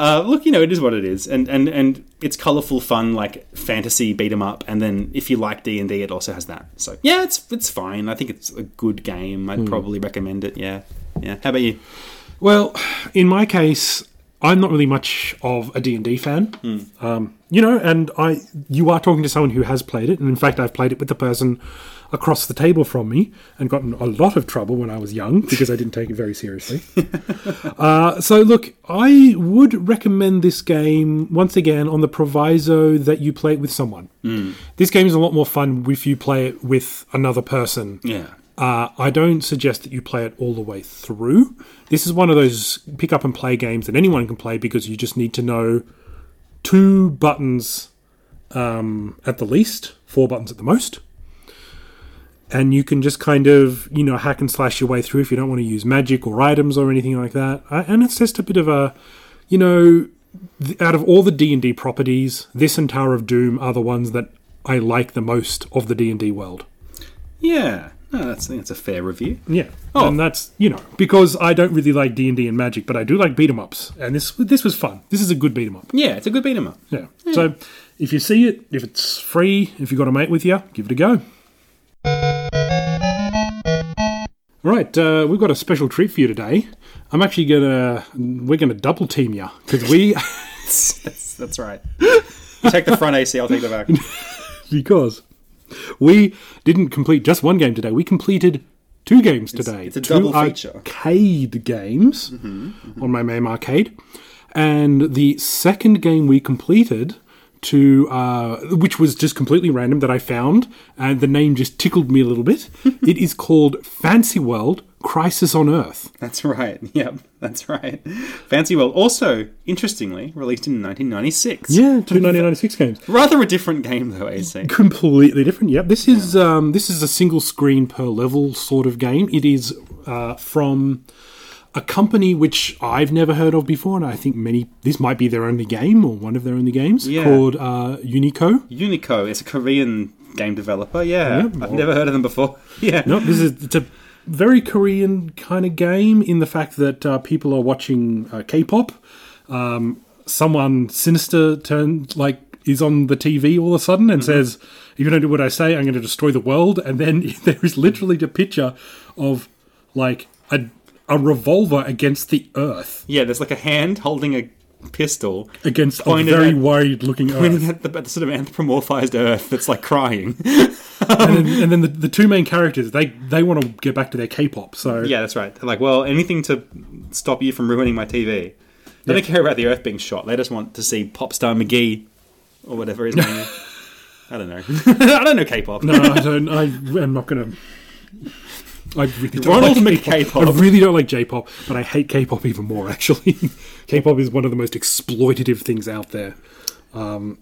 A: uh, look, you know, it is what it is, and and and it's colorful, fun, like fantasy beat 'em up. And then if you like D and D, it also has that. So yeah, it's it's fine. I think it's a good game. I'd probably recommend it. Yeah, yeah. How about you?
B: Well, in my case, I'm not really much of a D&D fan. Um, you know, and I you are talking to someone who has played it, and in fact I've played it with the person across the table from me and gotten a lot of trouble when I was young because I didn't take it very seriously. uh, so look, I would recommend this game once again on the proviso that you play it with someone. This game is a lot more fun if you play it with another person.
A: Yeah,
B: Uh, I don't suggest that you play it all the way through. This is one of those pick up and play games that anyone can play because you just need to know two buttons um, at the least, four buttons at the most. And you can just kind of, you know, hack and slash your way through if you don't want to use magic or items or anything like that. Uh, and it's just a bit of a, you know, th- out of all the D&D properties, this and Tower of Doom are the ones that I like the most of the D&D world.
A: yeah. No, that's I think that's a fair review.
B: Yeah.
A: Oh.
B: And that's, you know, because I don't really like D&D and Magic, but I do like beat 'em ups. And this this was fun. This is a good beat 'em up.
A: Yeah, it's a good beat 'em up.
B: Yeah. So if you see it, if it's free, if you've got a mate with you, give it a go. All right, uh, we've got a special treat for you today. I'm actually gonna we're gonna double team you because we
A: that's, that's right. Take the front AC. I'll take the back.
B: because we didn't complete just one game today. We completed two games today.
A: it's a
B: two
A: double feature. Mm-hmm,
B: Arcade games on my main arcade, and the second game we completed to uh, which was just completely random that I found, and the name just tickled me a little bit. it is called Fancy World Crisis on Earth.
A: That's right. Yep, that's right. Fancy World, also interestingly released in 1996.
B: Yeah, two 1996 games.
A: Rather a different game though, AC.
B: completely different. Yep, this is um, this is a single screen per level sort of game. It is uh, from a company which I've never heard of before, and I think many this might be their only game or one of their only games
A: Yeah.
B: called uh, Unico.
A: Unico is a Korean game developer. Yeah,
B: Yeah,
A: I've
B: well-
A: never heard of them before. Yeah,
B: No, this is it's a very Korean kind of game in the fact that uh, people are watching uh, K-pop. Um, someone sinister turned like is on the TV all of a sudden
A: Mm-hmm.
B: and says, "If you don't do what I say, I'm going to destroy the world." And then there is literally a picture of like a a revolver against the earth,
A: yeah. There's like a hand holding a pistol
B: against
A: Pointed
B: a very
A: at-
B: worried looking earth.
A: pointing at the, at the sort of anthropomorphized Earth that's like crying.
B: and then, and then the, the two main characters they they want to get back to their K-pop, so
A: yeah, that's right. They're like, well, anything to stop you from ruining my TV. They don't care about the Earth being shot. They just want to see pop star McGee or whatever his name. is. I don't know. I don't know K-pop.
B: No, I don't. I, I'm not going to. I really don't
A: Ronald
B: like
A: McK-pop.
B: I really don't like J-pop, but I hate K-pop even more. Actually, K-pop is one of the most exploitative things out there. Um,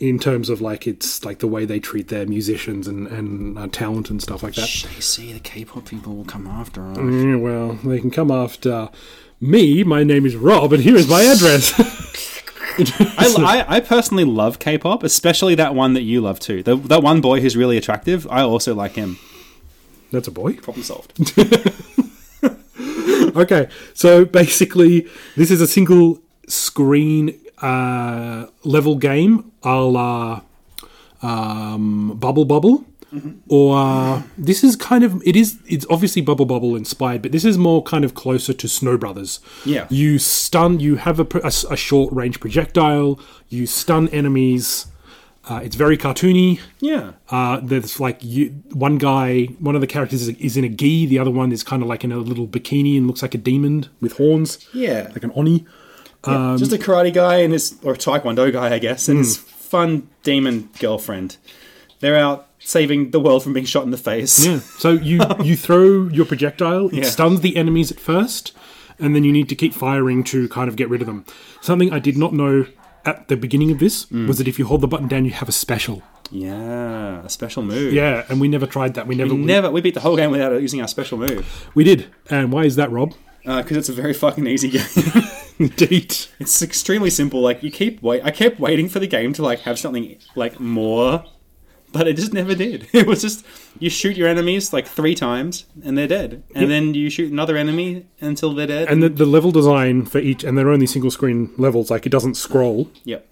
B: in terms of like it's like the way they treat their musicians and and uh, talent and stuff like that.
A: Shh, They see the K-pop people will come after us.
B: Yeah, well, they can come after me. My name is Rob, and here is my address.
A: I, I, I personally love K-pop, especially that one that you love too. The, that one boy who's really attractive. I also like him.
B: That's a boy.
A: Problem solved.
B: Okay, so basically, this is a single screen uh, level game a la um, Bubble Bubble. Or uh, this is kind of it is it's obviously Bubble Bubble inspired, but this is more kind of closer to Snow Brothers.
A: Yeah.
B: you stun. You have a, pr- a s- a short range projectile. You stun enemies. Uh, it's very cartoony.
A: yeah.
B: Uh, there's like you, one guy, one of the characters is, is in a gi, the other one is kind of like in a little bikini and looks like a demon with horns.
A: Yeah.
B: Like an Oni.
A: Yeah, just a karate guy and his or a taekwondo guy, I guess, and his fun demon girlfriend. They're out saving the world from being shot in the face.
B: Yeah. So you, you throw your projectile, it
A: Yeah.
B: stuns the enemies at first, and then you need to keep firing to kind of get rid of them. Something I did not know at the beginning of this was that if you hold the button down, you have a special.
A: Yeah, a special move.
B: Yeah, and we never tried that. We never.
A: We never we beat the whole game without using our special move
B: we did. And why is that, Rob?
A: because it's a very fucking easy game.
B: Indeed.
A: it's extremely simple. Like you keep wait, I kept waiting for the game to like have something like more, but it just never did. It was just you shoot your enemies like three times and they're dead, and then you shoot another enemy until they're dead.
B: And the, the level design for each, and they're only single screen levels, like it doesn't scroll,
A: yep.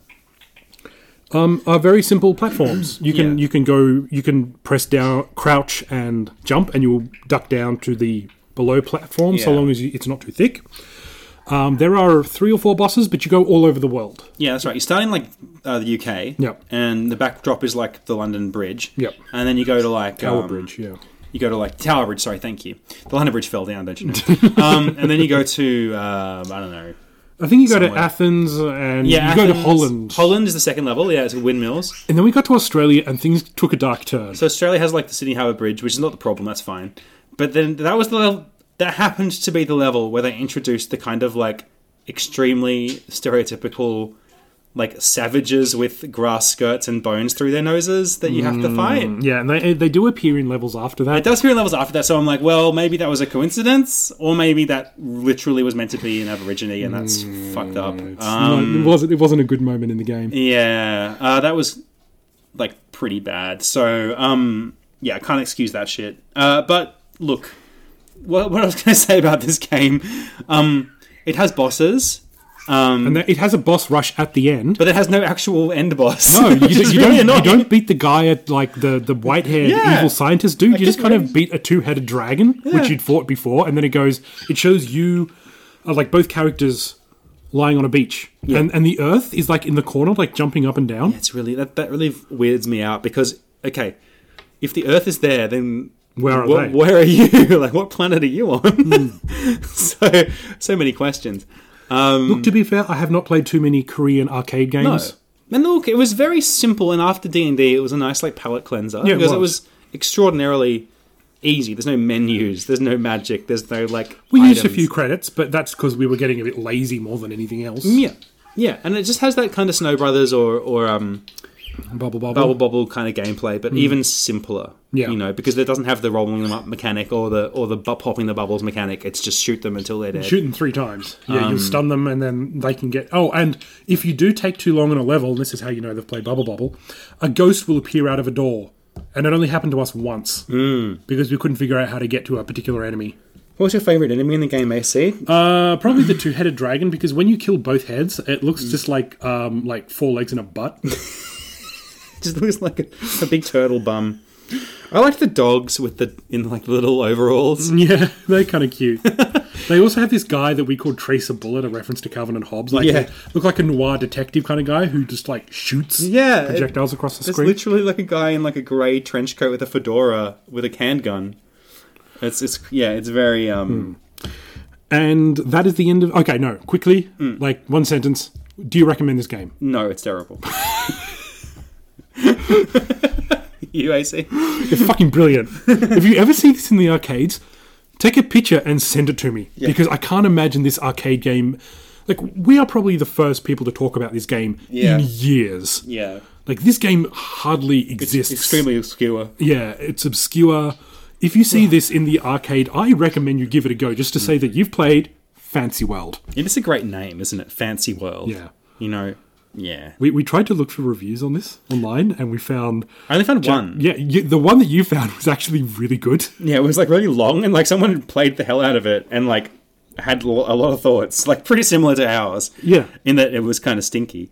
B: are very simple platforms. You can
A: Yeah.
B: you can go, you can press down, crouch, and jump, and you will duck down to the below platform, so
A: Yeah.
B: long as you, it's not too thick. Um, there are three or four bosses, but you go all over the world.
A: Yeah, that's right. You start in like uh, the UK.
B: Yep.
A: And the backdrop is like the London Bridge.
B: Yep.
A: And then you go to like
B: Tower
A: um,
B: Bridge, yeah.
A: You go to like Tower Bridge. Sorry, thank you. The London Bridge fell down, don't you know? um, and then you go to um, I don't know.
B: I think you go to
A: somewhere.
B: Athens, and
A: Yeah,
B: you go to
A: Athens-
B: Holland,
A: Holland is the second level. Yeah, it's windmills.
B: and then we got to Australia, and things took a dark turn.
A: So Australia has like the Sydney Harbour Bridge, which is not the problem. That's fine. But then that was the level that happened to be the level where they introduced the kind of like extremely stereotypical like savages with grass skirts and bones through their noses that you have to fight.
B: Yeah, and they they do appear in levels after that.
A: It does appear in levels after that, so I'm like, well, maybe that was a coincidence, or maybe that literally was meant to be an Aborigine, and that's fucked up. Um,
B: No, it wasn't it wasn't a good moment in the game.
A: yeah, uh, that was like pretty bad. So, um, yeah, I can't excuse that shit. Uh, but look, what, what I was going to say about this game, um, it has bosses, um,
B: And that, it has a boss rush at the end.
A: but it has no actual end boss.
B: No, you,
A: which
B: you
A: is
B: don't,
A: really
B: you
A: annoying.
B: don't beat the guy at like the, the white haired
A: Yeah.
B: evil scientist dude. you just
A: couldn't
B: kind of beat a two headed dragon,
A: Yeah.
B: which you'd fought before, and then it goes, it shows you, uh, like, both characters lying on a beach. And, and the earth is like in the corner, like jumping up and down.
A: It's really that that really weirds me out because okay, if the Earth is there, then
B: Where are
A: wh-
B: they? Hmm.
A: Where are you? like, what planet are you on? so so many questions.
B: Look, to be fair, I have not played too many Korean arcade games.
A: And look, it was very simple, and after D and D, it was a nice like palate cleanser
B: Yeah, it
A: because it
B: was.
A: was extraordinarily easy. There's no menus. There's no magic. There's no like.
B: Mm. We used a
A: items.
B: few credits, but that's because we were getting a bit lazy more than anything else.
A: Yeah, yeah, and it just has that kind of Snow Brothers or or um.
B: Bubble, bubble.
A: bubble bubble kind of gameplay, but even simpler.
B: Mm. Yeah.
A: You know, because it doesn't have the rolling them up mechanic or the or the bu- popping the bubbles mechanic. It's just shoot them until they're dead.
B: Shoot them three times. Yeah,
A: Um,
B: you'll stun them, and then they can get. Oh, and if you do take too long on a level, and this is how you know they've played Bubble Bubble, a ghost will appear out of a door, and it only happened to us once
A: Hmm.
B: because we couldn't figure out how to get to a particular enemy.
A: What's your favorite enemy in the game, AC?
B: Uh, probably the two-headed dragon because when you kill both heads, it looks just like um like four legs and a butt.
A: just looks like a, a big turtle bum. I like the dogs with the in like little overalls.
B: yeah, they're kind of cute. they also have this guy that we called Tracer Bullet, a reference to Covenant Hobbs. Like,
A: Yeah.
B: they look like a noir detective kind of guy who just like shoots
A: Yeah, it-
B: projectiles across the
A: It's
B: screen.
A: literally like a guy in like a grey trench coat with a fedora with a canned gun. It's it's yeah, it's very um
B: And that is the end of. Okay, no, quickly,
A: Hmm.
B: like one sentence. Do you recommend this game?
A: no, it's terrible. you AC?
B: It's fucking brilliant. if you ever see this in the arcades, take a picture and send it to me because I can't imagine this arcade game. Like we are probably the first people to talk about this game
A: Yeah.
B: in years.
A: Yeah.
B: Like this game hardly exists.
A: Extremely obscure.
B: yeah, it's obscure. If you see this in the arcade, I recommend you give it a go just to say
A: Hmm.
B: that you've played Fancy World.
A: It is a great name, isn't it? Fancy World.
B: Yeah.
A: You know, Yeah.
B: We, we tried to look for reviews on this online, and we found
A: I only found one.
B: yeah you, the one that you found was actually really good.
A: Yeah, it was like really long, and like someone had played the hell out of it, and like had lo- a lot of thoughts, like pretty similar to ours.
B: Yeah.
A: in that it was kind of stinky.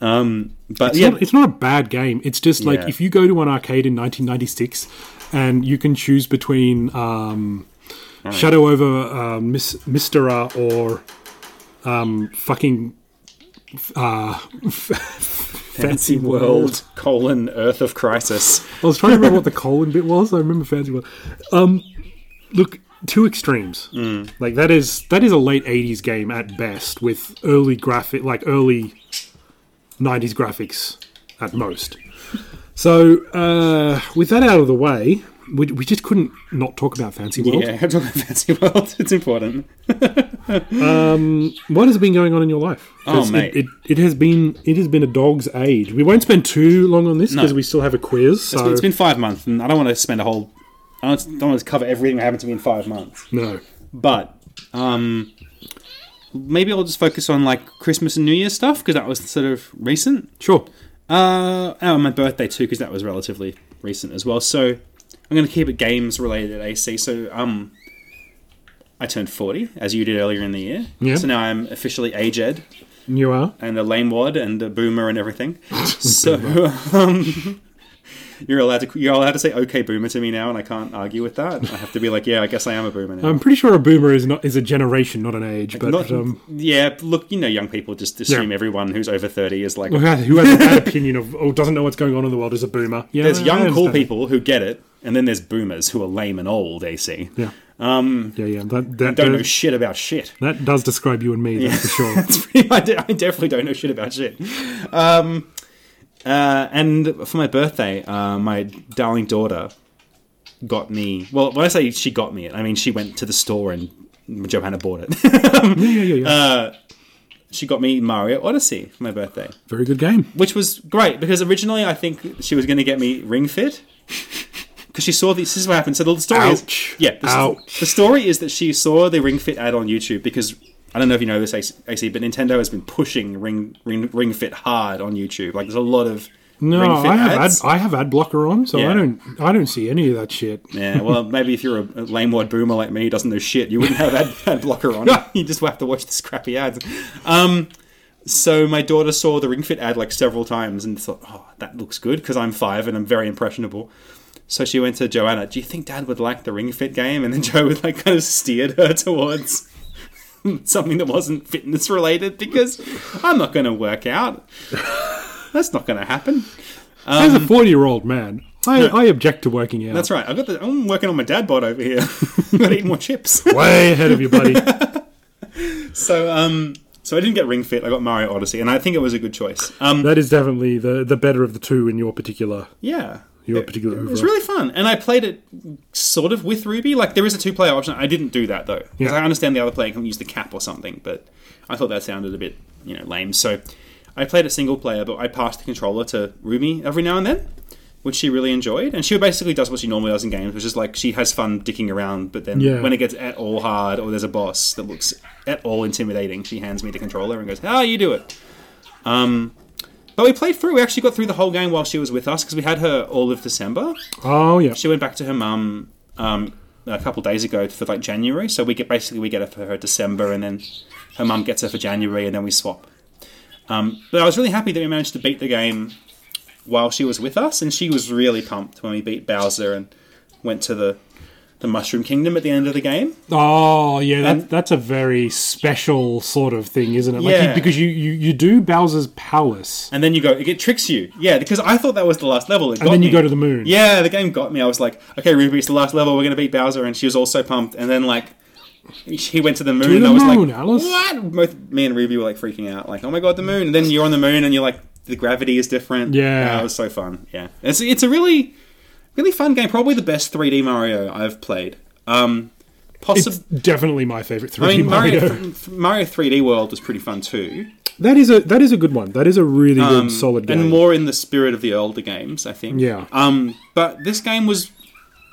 A: Um, but
B: It's,
A: yeah,
B: not, it's not a bad game. It's just like
A: Yeah.
B: if you go to an arcade in 1996 and you can choose between um, Shadow over uh, Miss, Mistera or um, fucking uh,
A: Fancy World colon Earth of Crisis.
B: I was trying to remember what the colon bit was. I remember Fancy World. Um, look, two extremes.
A: Mm.
B: Like that is that is a late '80s game at best, with early graphic, like early '90s graphics at most. So uh, with that out of the way, we, we just couldn't not talk about Fancy World.
A: Yeah, I'm talking about Fancy World. It's important.
B: What has been going on in your life? 'Cause
A: Oh, mate.
B: It, it, it has been it has been a dog's age. We won't spend too long on this because we still have a quiz. So
A: It's been five months, and I don't want to spend a whole. I don't, don't want to cover everything that happened to me in five months.
B: no.
A: But um, maybe I'll just focus on like Christmas and New Year stuff because that was sort of recent.
B: Sure.
A: Uh, oh, my birthday too, because that was relatively recent as well. So I'm going to keep it games related, AC. So um, I turned 40 as you did earlier in the year.
B: Yeah.
A: So now I'm officially aged
B: You are?
A: and a lame wad and a boomer and everything. so um, you're allowed to you're allowed to say okay boomer to me now, and I can't argue with that. I have to be like, yeah, I guess I am a boomer now.
B: I'm pretty sure a boomer is not is a generation, not an age. But
A: Not-
B: um,
A: yeah, look, you know, young people just assume
B: Yeah.
A: everyone who's over 30 is like
B: who has who has a bad opinion of or doesn't know what's going on in the world is a boomer. Yeah,
A: There's
B: I
A: young, cool
B: understand.
A: people who get it, and then there's boomers who are lame and old, AC.
B: Yeah, um, yeah, yeah. That that,
A: Don't know
B: that,
A: shit about shit.
B: that does describe you and me, that's for sure.
A: That's pretty, I, de- I definitely don't know shit about shit. Um, uh, and for my birthday, uh, my darling daughter got me. Well, when I say she got me it, I mean she went to the store and Johanna bought it. Uh,
B: yeah, yeah, yeah. yeah.
A: she got me Mario Odyssey for my birthday.
B: Very good game.
A: which was great because originally I think she was going to get me Ring Fit because she saw the. This is what happened. So the story
B: Ouch.
A: is yeah. The,
B: Ouch.
A: the story is that she saw the Ring Fit ad on YouTube because I don't know if you know this AC, AC, but Nintendo has been pushing Ring Ring Ring Fit hard on YouTube. Like there's a lot of
B: No,
A: Ring Fit
B: I have ad,
A: ads.
B: I have ad blocker on, so I
A: Yeah.
B: don't I don't see any of that shit.
A: yeah, well, maybe if you're a a lame wad boomer like me who doesn't know shit, you wouldn't have ad, ad blocker on. you just have to watch this crappy ad. Um, so my daughter saw the Ring Fit ad like several times and thought, oh, that looks good because I'm five and I'm very impressionable. So she went to Joanna, do you think dad would like the Ring Fit game? And then Joe was like kind of steered her towards something that wasn't fitness related because I'm not going to work out. That's not going to happen.
B: As a forty year old man, I, I object to working out.
A: Um, That's right. I've got the, I'm working on my dad bod over here. I've got to eat more chips.
B: way ahead of you, buddy.
A: So um so I didn't get Ring Fit, I got Mario Odyssey, and I think it was a good choice. Um
B: that is definitely the the better of the two in your particular
A: yeah.
B: your
A: It-
B: particular.
A: It was
B: oeuvre.
A: really fun, and I played it sort of with Ruby. Like there is a two-player option. I didn't do that though, because
B: Yeah.
A: I understand the other player can use the cap or something. But I thought that sounded a bit, you know, lame. So I played it single player, but I passed the controller to Ruby every now and then, which she really enjoyed. And she basically does what she normally does in games, which is like she has fun dicking around, but then
B: Yeah.
A: when it gets at all hard or there's a boss that looks at all intimidating, she hands me the controller and goes, "Ah, you do it." Um, But we played through. We actually got through the whole game while she was with us because we had her all of December
B: oh yeah,
A: she went back to her mum um, a couple days ago for like January. So we get basically we get her for her December, and then her mum gets her for January, and then we swap. Um, but I was really happy that we managed to beat the game while she was with us, and she was really pumped when we beat Bowser and went to the the Mushroom Kingdom at the end of the game.
B: Oh yeah, that, that's a very special sort of thing, isn't it? Like you-
A: Yeah.
B: because you, you you do Bowser's palace,
A: And then you go, it tricks you, yeah, because I thought that was the last level. It
B: and then you go to the moon.
A: Yeah, the game got me. I was like, okay, Ruby, it's the last level. We're going to beat Bowser. And she was all so pumped. And then, like, he went to the moon.
B: To
A: and
B: the
A: I was
B: moon,
A: like,
B: Alice.
A: what? Both me and Ruby were, like, freaking out. Like, oh my God, the moon. And then you're on the moon and you're like, the gravity is different.
B: Yeah.
A: it was so fun. Yeah. It's, it's a really, really fun game. Probably the best 3D Mario I've played. Um,
B: it's
A: possibly.
B: definitely my favorite 3D
A: I mean,
B: Mario.
A: Mario, Mario 3D World was pretty fun too,
B: that is a that is a good one. That is a really good solid game.
A: Um, and more in the spirit of the older games, I think.
B: yeah,
A: Um, but this game was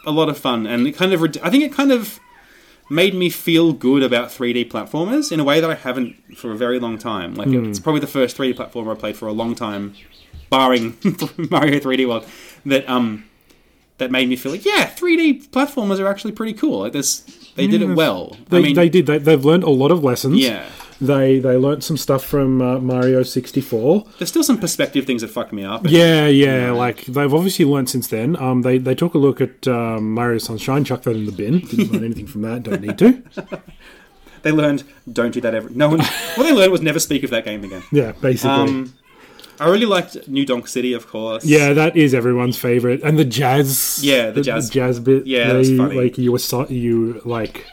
A: a lot of fun, and it kind of, I think it kind of made me feel good about 3D platformers in a way that I haven't for a very long time. Like
B: Hmm.
A: it's probably the first 3D platformer I played for a long time, barring Mario 3D World, that um that made me feel like yeah, 3D platformers are actually pretty cool. Like this, they did it well.
B: They,
A: I mean,
B: they did. They, they've learned a lot of lessons.
A: Yeah.
B: They they learned some stuff from uh, Mario 64.
A: there's still some perspective things that fuck me up.
B: Yeah, yeah. Like they've obviously learned since then. Um, they they took a look at um, Mario Sunshine, chucked that in the bin. Didn't learn anything from that. Don't need to.
A: They learned don't do that ever. No one. what they learned was never speak of that game again.
B: Yeah, basically.
A: Um, I really liked New Donk City, of course.
B: yeah, that is everyone's favorite. And the jazz.
A: Yeah, the jazz-
B: jazz bit.
A: yeah,
B: they,
A: that was funny.
B: Like you assi- you like.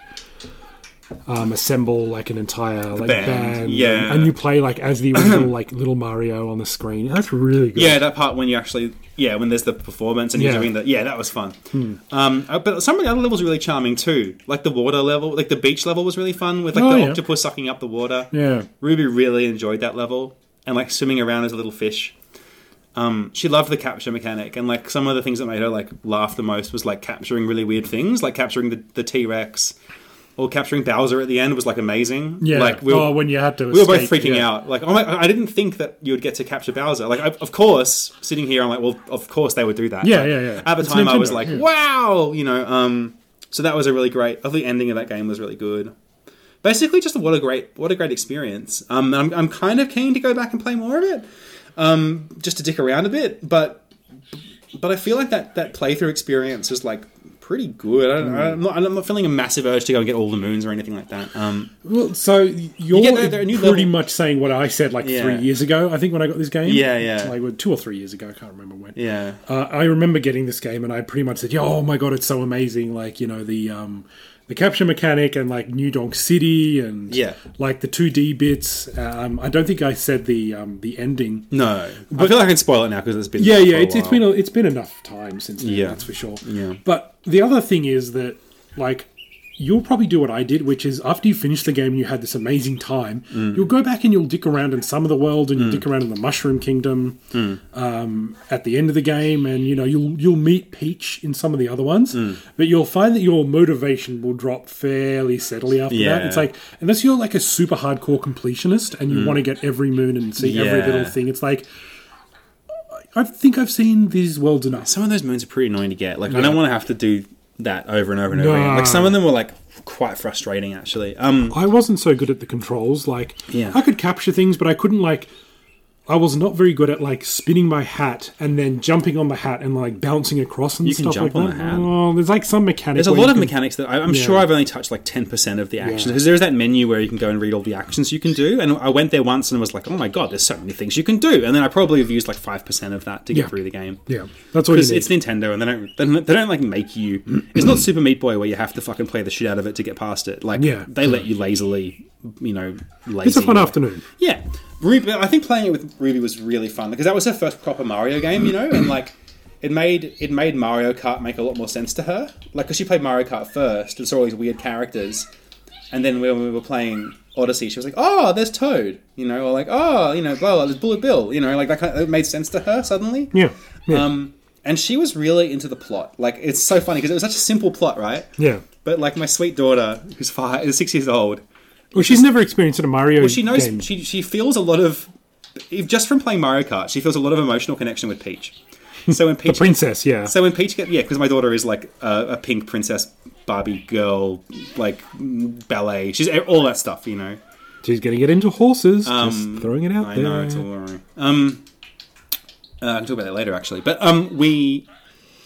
B: Um, assemble like an entire like
A: band,
B: band,
A: yeah.
B: and you play like as the original like little Mario on the screen. That's really good.
A: Yeah, that part when you actually, yeah, when there's the performance and you're
B: Yeah. Hmm.
A: doing the, yeah, that was fun. Um, uh, but some of the other levels were really charming too, like the water level, like the beach level was really fun with like
B: Oh,
A: the
B: yeah.
A: octopus sucking up the water.
B: yeah.
A: Ruby really enjoyed that level and like swimming around as a little fish. Um, she loved the capture mechanic and like some of the things that made her like laugh the most was like capturing really weird things, like capturing the, the T Rex or capturing Bowser at the end was like amazing.
B: Yeah.
A: like we were,
B: oh, when you had to.
A: we were both freaking out. Like, oh my, I didn't think that you would get to capture Bowser. Like, I, of course, sitting here, I'm like, well, of course they would do that.
B: Yeah,
A: Like,
B: yeah, yeah.
A: At the
B: It's
A: time, I was
B: Nintendo,
A: like,
B: yeah.
A: wow, you know. Um, so that was a really great. I think the ending of that game was really good. Basically, just what a great, what a great experience. Um, I'm, I'm kind of keen to go back and play more of it, um, just to dick around a bit. But, but I feel like that that playthrough experience is like pretty good. I
B: Hmm.
A: don't, I'm, not, I'm not feeling a massive urge to go and get all the moons or anything like that. Um,
B: Well, so you're
A: get there- there are new
B: pretty
A: level-
B: much saying what I said like
A: Yeah.
B: three years ago. I think when I got this game,
A: Yeah, yeah.
B: like well, two or three years ago. I can't remember when.
A: yeah.
B: Uh, I remember getting this game, and I pretty much said, "Yeah, oh my god, it's so amazing!" Like you know the um, the capture mechanic and like New Donk City and
A: Yeah.
B: like the two D bits. Um, I don't think I said the um, the ending.
A: No, I feel like I can spoil it now because it's been
B: Yeah,
A: out
B: yeah,
A: for a
B: it's, it's
A: while.
B: been a, it's been enough time since then,
A: Yeah.
B: that's for sure.
A: Yeah.
B: But the other thing is that like you'll probably do what I did, which is after you finish the game and you had this amazing time,
A: Mm.
B: you'll go back and you'll dick around in some of the world and you'll dick around in the Mushroom Kingdom
A: Mm.
B: um, at the end of the game, and you know you'll you'll meet Peach in some of the other ones,
A: Mm.
B: but you'll find that your motivation will drop fairly steadily after that.
A: Yeah. Mm.
B: It's like unless you're like a super hardcore completionist and you want to get every moon and see every
A: Yeah.
B: little thing, it's like. I think I've seen these worlds enough.
A: Some of those moons are pretty annoying to get. Like I don't want to have to do that over and over and over.
B: No.
A: Again. Like some of them were like quite frustrating actually. Um,
B: I wasn't so good at the controls. Like,
A: Yeah.
B: I could capture things, but I couldn't like. I was not very good at like spinning my hat and then jumping on the hat and like bouncing across and
A: You can
B: stuff
A: jump
B: like
A: on
B: that.
A: the hat.
B: Oh, there's like some mechanic.
A: there's a
B: where
A: lot
B: you
A: of
B: can-
A: mechanics that I, I'm sure I've only touched like ten percent of the actions because there is that menu where you can go and read all the actions you can do. And I went there once and was like, oh my god, there's so many things you can do. And then I probably have used like five percent of that to get
B: Yeah.
A: through the game.
B: Yeah, that's what you
A: Because
B: need.
A: it's Nintendo, and they don't they don't- they don't like make you. It's not Super Meat Boy where you have to fucking play the shit out of it to get past it. Like
B: Yeah.
A: they let you lazily, you know, lazy.
B: It's a fun afternoon.
A: Yeah, Ruby. I think playing it with Ruby was really fun because that was her first proper Mario game, you know, and like it made it made Mario Kart make a lot more sense to her. Like, because she played Mario Kart first and saw all these weird characters, and then when we were playing Odyssey, she was like, "Oh, there's Toad," you know, or like, "Oh, you know, blah blah, there's Bullet Bill," you know, like that kind of, it made sense to her suddenly.
B: Yeah, yeah,
A: Um, and she was really into the plot. Like, it's so funny because it was such a simple plot, right?
B: yeah.
A: But like my sweet daughter, who's five, is six years old,
B: Well, she's never experienced in a Mario.
A: she knows
B: Mm, game.
A: she she feels a lot of if just from playing Mario Kart, she feels a lot of emotional connection with Peach. So when Peach
B: princess. Yeah,
A: so when Peach gets yeah, because my daughter is like a, a pink princess Barbie girl, like ballet. She's all that stuff, you know.
B: she's gonna get into horses. just throwing it out
A: Um, I
B: there.
A: know it's all right. Um, uh, I can talk about that later, actually. But um, we,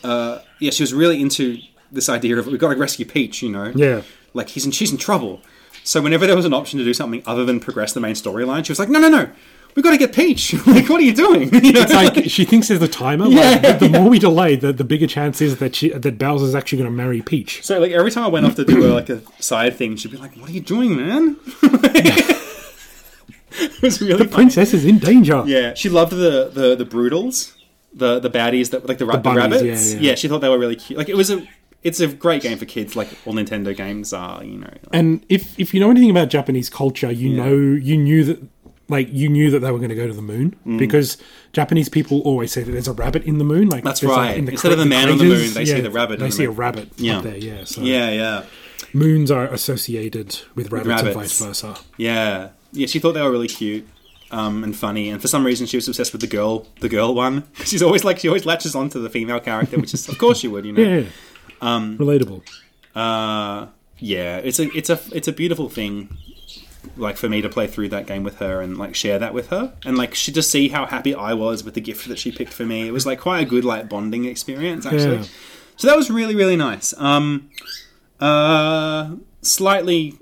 A: uh, yeah, she was really into this idea of we've got to rescue Peach, you know.
B: Yeah.
A: Like he's in, she's in trouble. So whenever there was an option to do something other than progress the main storyline, she was like, no, no, no, we've got to get Peach. like, what are you doing? You know?
B: It's like she thinks there's a timer.
A: Yeah,
B: like, the- the more we delay, the, the bigger chance is that she that Bowser's actually going to marry Peach.
A: so like every time I went off to do uh, like a side thing, she'd be like, what are you doing, man? it was really funny.
B: Princess is in danger.
A: Yeah, she loved the the the brutals, the the baddies that like the, ra- the
B: bunnies,
A: rabbits.
B: yeah,
A: Yeah,
B: yeah.
A: she thought they were really cute. Like it was a it's a great game for kids. Like all Nintendo games are, you know. Like,
B: And if if you know anything about Japanese culture, you know you knew that like you knew that they were going to go to the moon
A: Mm.
B: because Japanese people always say that there's a rabbit in the moon. Like
A: That's
B: there's, like,
A: right. Instead of the man on the moon, they see the rabbit
B: They
A: in the
B: see a
A: moon.
B: rabbit
A: Yeah.
B: up there. Yeah. So.
A: yeah, yeah.
B: moons are associated with rabbits, and
A: rabbits.
B: vice versa.
A: Yeah, yeah. She thought they were really cute um, and funny, and for some reason she was obsessed with the girl, the girl one. She's always like she always latches onto the female character, which is of course she would, you know.
B: Yeah, um, relatable.
A: Uh, yeah, it's a it's a it's a beautiful thing. Like for me to play through that game with her and like share that with her and like she just see how happy I was with the gift that she picked for me. It was like quite a good like bonding experience actually.
B: Yeah.
A: So that was really really nice. Um, uh, slightly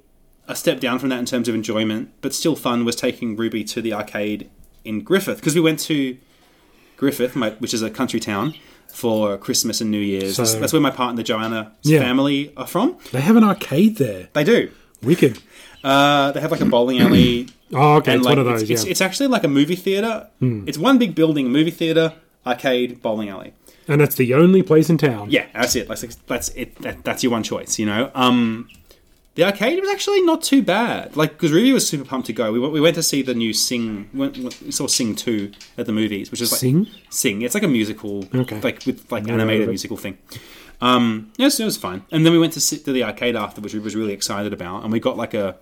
A: a step down from that in terms of enjoyment, but still fun was taking Ruby to the arcade in Griffith because we went to Griffith, my, which is a country town, for Christmas and New Year's.
B: So-
A: That's where my partner Joanna's
B: Yeah.
A: family are from.
B: They have an arcade there.
A: They do.
B: Wicked.
A: Uh, they have like a bowling alley.
B: Oh, okay, it's
A: like,
B: one of those.
A: it's, it's,
B: yeah, Hmm.
A: it's actually like a movie theater. It's one big building, movie theater, arcade, bowling alley.
B: and that's the only place in town.
A: Yeah, that's it. That's that's it. That, that's your one choice. You know. Um, the arcade was actually not too bad. Like because Ruby was super pumped to go. We, went- we went to see the new Sing. We, went, we saw Sing two at the movies, which is like
B: Sing?
A: Sing. It's like a musical,
B: Okay.
A: like with like
B: heard
A: animated
B: of it.
A: musical thing. Um, yes, it was fun. And then we went to sit to the arcade after, which we was really excited about, and we got like a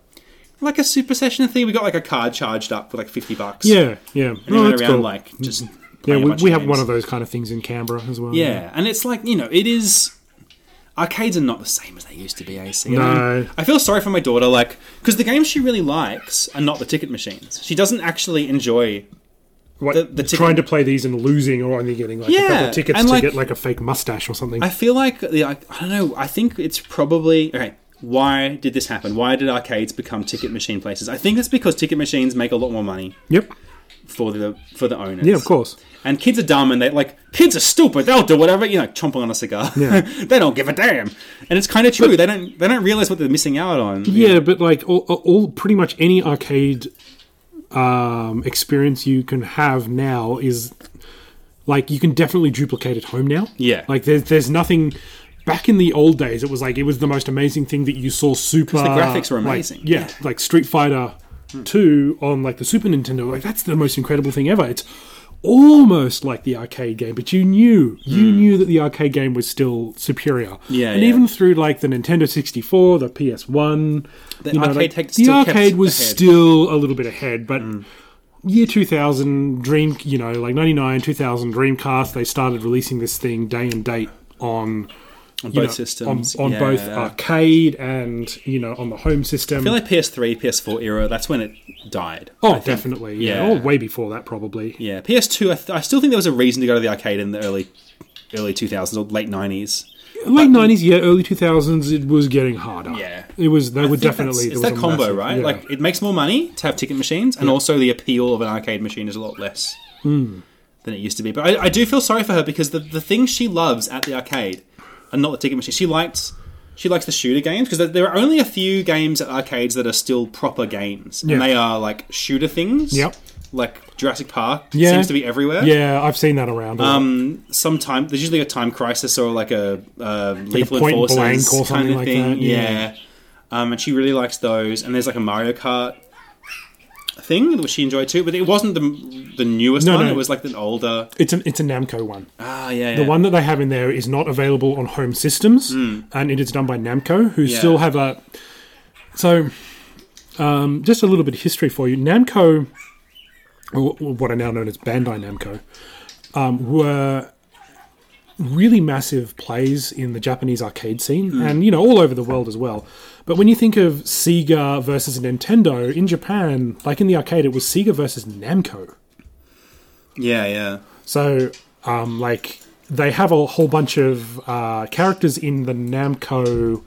A: like a super session thing. We got like a card charged up for like fifty bucks.
B: yeah, yeah.
A: and
B: Oh,
A: we went
B: that's
A: around
B: cool.
A: like just
B: yeah,
A: playing a
B: we,
A: bunch
B: we have
A: games.
B: one of those kind of things in Canberra as well.
A: Yeah, and it's like you know, it is. Arcades are not the same as they used to be. AC. And
B: No.
A: I, I feel sorry for my daughter, like because the games she really likes are not the ticket machines. She doesn't actually enjoy.
B: What,
A: the- the ticket-
B: trying to play these and losing or only getting like a couple
A: Yeah,
B: of tickets
A: and,
B: to
A: like-
B: get like a fake mustache or something.
A: I feel like the I I don't know. I think it's probably okay. Why did this happen? Why did arcades become ticket machine places? I think it's because ticket machines make a lot more money
B: yep.
A: for the for the owners.
B: Yeah, of course.
A: And kids are dumb, and they like kids are stupid. They'll do whatever you know, chomping on a cigar.
B: Yeah.
A: they don't give a damn. And it's kind of true. they don't they don't realize what they're missing out on.
B: Yeah, but like all, all pretty much any arcade um, experience you can have now is like you can definitely duplicate at home now.
A: Yeah.
B: like there's there's nothing. Back in the old days, it was like it was the most amazing thing that you saw. Super the
A: graphics were amazing.
B: yeah, like Street Fighter Two on like the Super Nintendo. Like that's the most incredible thing ever. It's almost like the arcade game, but you knew you knew that the arcade game was still superior.
A: Hmm. Yeah,
B: and
A: yeah.
B: even through like the Nintendo 64, the PS1,
A: The
B: you know,
A: arcade
B: like,
A: tech
B: the
A: still kept
B: arcade was
A: ahead. Hmm.
B: still a little bit ahead, but year 2000, Dream, you know, like 99, 2000, Dreamcast, they started releasing this thing day and date on. On
A: both systems,
B: on, on both
A: yeah.
B: arcade and you know on the home system.
A: I feel like PS3, PS4 era. That's when it died.
B: oh, definitely, yeah.
A: yeah.
B: Oh, way before that, probably.
A: Yeah, PS2. I, th- I still think there was a reason to go to the arcade in the early, early two thousands or late nineties.
B: Late nineties, yeah, early two thousands. It was getting harder.
A: Yeah.
B: it was. They were definitely.
A: it's that
B: there was a
A: combo,
B: massive-
A: right?
B: yeah.
A: Like it makes more money to have ticket machines, and also the appeal of an arcade machine is a lot less
B: Hmm.
A: than it used to be. But I, I do feel sorry for her because the the things she loves at the arcade are not the ticket machine. She likes. She likes the shooter games because there- there are only a few games at arcades that are still proper games,
B: Yeah.
A: and they are like shooter things.
B: Yep.
A: Like Jurassic Park
B: Yeah.
A: seems to be everywhere.
B: yeah, I've seen that around. a lot.
A: um, some time. There's usually a time crisis or like a, uh lethal
B: point
A: enforcers
B: blank or
A: kind
B: something
A: of
B: like
A: thing.
B: that, yeah.
A: Yeah. Um, and she really likes those. And there's like a Mario Kart thing which she enjoyed too. But it wasn't the the newest
B: No,
A: one.
B: no.
A: It was like the older.
B: it's a it's a Namco one.
A: Ah, yeah. Hmm.
B: The one that they have in there is not available on home systems, and it is done by Namco, who
A: Yeah.
B: still have a. So, um, just a little bit of history for you. Namco, or what are now known as Bandai Namco, um, were really massive plays in the Japanese arcade scene,
A: Hmm.
B: and you know all over the world as well. But when you think of Sega versus Nintendo in Japan, like in the arcade, it was Sega versus Namco.
A: Yeah, yeah.
B: So, um, like, they have a whole bunch of uh, characters in the Namco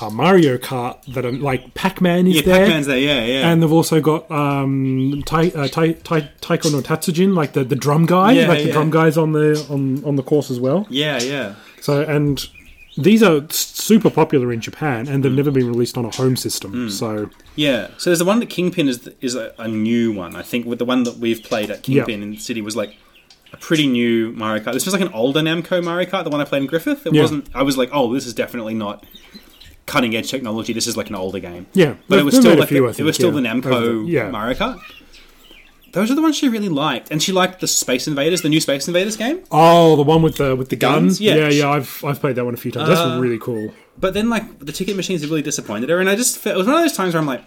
B: uh, Mario Kart that are like Pac Man is
A: Yeah,
B: there.
A: Pac-Man's there. Yeah, yeah.
B: And they've also got um, tai, uh, tai, tai, Taiko no Tatsujin, like the, the drum guy,
A: Yeah,
B: like the
A: yeah.
B: drum guy's on the on, on the course as well.
A: yeah, yeah.
B: So and these are s- super popular in Japan, and
A: Mm.
B: they've never been released on a home system. So
A: Yeah. So there's the one that Kingpin is is a, a new one. I think with the one that we've played at Kingpin in the city was like a pretty new Mario Kart. This was like an older Namco Mario Kart, the one I played in Griffith. It
B: Yeah.
A: wasn't. I was like, oh, this is definitely not cutting edge technology. This is like an older game.
B: Yeah.
A: But
B: They've-
A: it was
B: they've
A: still
B: made a
A: like
B: few,
A: the-
B: I
A: it
B: think,
A: was still
B: yeah,
A: the
B: over
A: Namco
B: the- yeah.
A: Mario Kart. Those are the ones she really liked, and she liked the Space Invaders, the new Space Invaders game.
B: oh, the one with the with the guns,
A: Guns? Yeah. Uh,
B: yeah, yeah. I've I've played that one a few times. That's really cool.
A: But then, like, the ticket machines really disappointed her, and I just felt, it was one of those times where I'm like,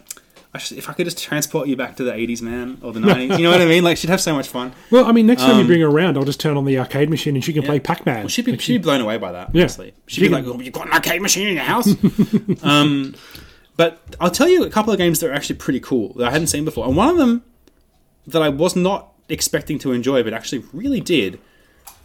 A: I should, if I could just transport you back to the 80s, man, or the 90s, you know what I mean? Like, she'd have so much fun.
B: Well, I mean, next time you bring her around, I'll just turn on the arcade machine and she can play Pac Man.
A: Um, Well, she'd be she'd be blown away by that.
B: Yeah.
A: Honestly, she'd be like, oh, "You've got an arcade machine in your house." um, but I'll tell you a couple of games that are actually pretty cool that I hadn't seen before, and one of them that I was not expecting to enjoy, but actually really did,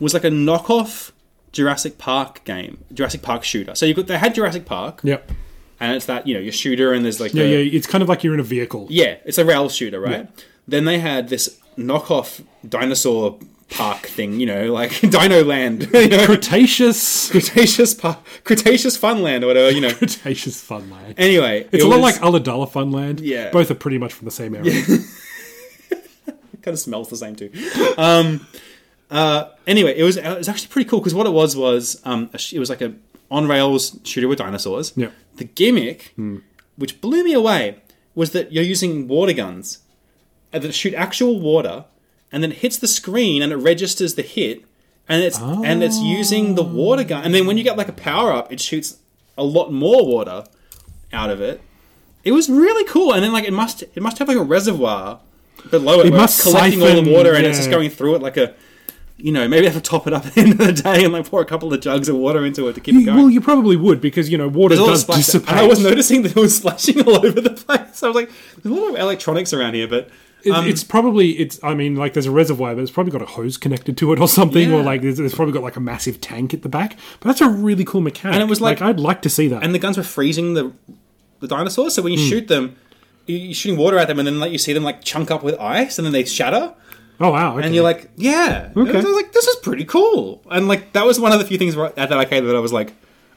A: was like a knockoff Jurassic Park game, Jurassic Park shooter. So you got they had Jurassic Park,
B: Yep.
A: and it's that you know your shooter, and there's like
B: Yeah,
A: the-
B: yeah, it's kind of like you're in a vehicle.
A: yeah, it's a rail shooter, right? Then they had this knockoff dinosaur park thing, you know, like Dino Land, you know,
B: Cretaceous.
A: Cretaceous Park, Cretaceous Funland or whatever, you know.
B: Cretaceous Funland.
A: Anyway,
B: it's a lot like Ulladulla Funland.
A: Yeah.
B: Both are pretty much from the same area.
A: kind of smells the same too. Um, uh, anyway, it was it was actually pretty cool because what it was was um, a sh- it was like a on rails shooter with dinosaurs.
B: Yeah.
A: The gimmick, which blew me away, was that you're using water guns uh, that shoot actual water, and then it hits the screen and it registers the hit, and it's and it's using the water gun, and then when you get like a power up, it shoots a lot more water out of it. It was really cool, and then like it must it must have like a reservoir below it, where
B: must
A: it's collecting all
B: siphon-
A: the water, and it's just
B: yeah.
A: going through it like a. You know, maybe I have to top it up at the end of the day and like pour a couple of jugs of water into it to keep it
B: You-
A: going.
B: well, you probably would because, you know, water
A: There's a lot of
B: does
A: splash-
B: dissipate.
A: and I was noticing that it was splashing all over the place. I was like, there's a lot of electronics around here, but
B: It-
A: Um,
B: it's probably it's. I mean, like there's a reservoir, but it's probably got a hose connected to it or something, or
A: Yeah.
B: like there's, there's probably got like a massive tank at the back. But that's a really cool mechanic.
A: And it was like-
B: I'd like to see that.
A: and the guns were freezing the the dinosaurs. So when
B: Hmm.
A: you shoot them, you- you're shooting water at them, and then like you see them like chunk up with ice, and then they shatter.
B: oh wow! Okay.
A: And you're like, yeah, okay. I was like, this is pretty cool. And like that was one of the few things right at that arcade that I was like,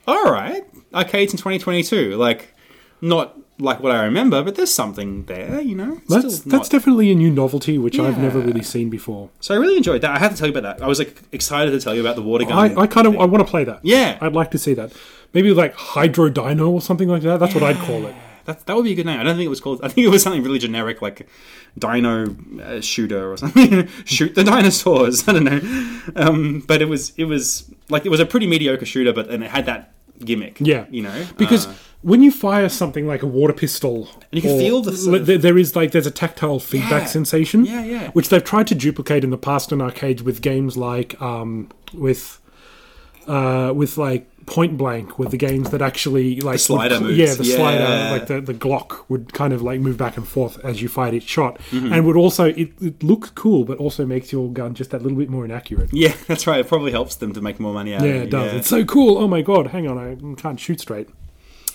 A: all right, arcades in 2022, like not like what I remember, but there's something there, you know. It's
B: that's
A: still
B: that's
A: not-
B: definitely a new novelty which I've never
A: Yeah.
B: really seen before.
A: so I really enjoyed that. I had to tell you about that. I was like excited to tell you about the water gun.
B: I, I kind of I want to play that.
A: Yeah.
B: I'd like to see that. Maybe like Hydro Dino or something like that. That's what I'd call it.
A: That, that would be a good name. I don't think it was called. I think it was something really generic, like Dino uh, Shooter or something. Shoot the dinosaurs. I don't know. Um, but it was it was like it was a pretty mediocre shooter, but and it had that gimmick.
B: Yeah,
A: you know
B: because
A: Uh,
B: when you fire something like a water pistol,
A: you can
B: or-
A: feel the sort of-
B: there, there is like there's a tactile feedback
A: Yeah.
B: sensation.
A: Yeah, yeah.
B: Which they've tried to duplicate in the past in arcades with games like um, with uh, with like Point Blank, with the games that actually like
A: slider
B: would-
A: moves.
B: Yeah, the
A: Yeah.
B: slider, like the, the Glock would kind of like move back and forth as you fired each shot,
A: Mm-hmm.
B: and would also it, it looks cool, but also makes your gun just that little bit more inaccurate.
A: yeah, that's right. It probably helps them to make more money out.
B: Yeah,
A: of
B: it does. It's so cool. Oh my god, hang on, I can't shoot straight.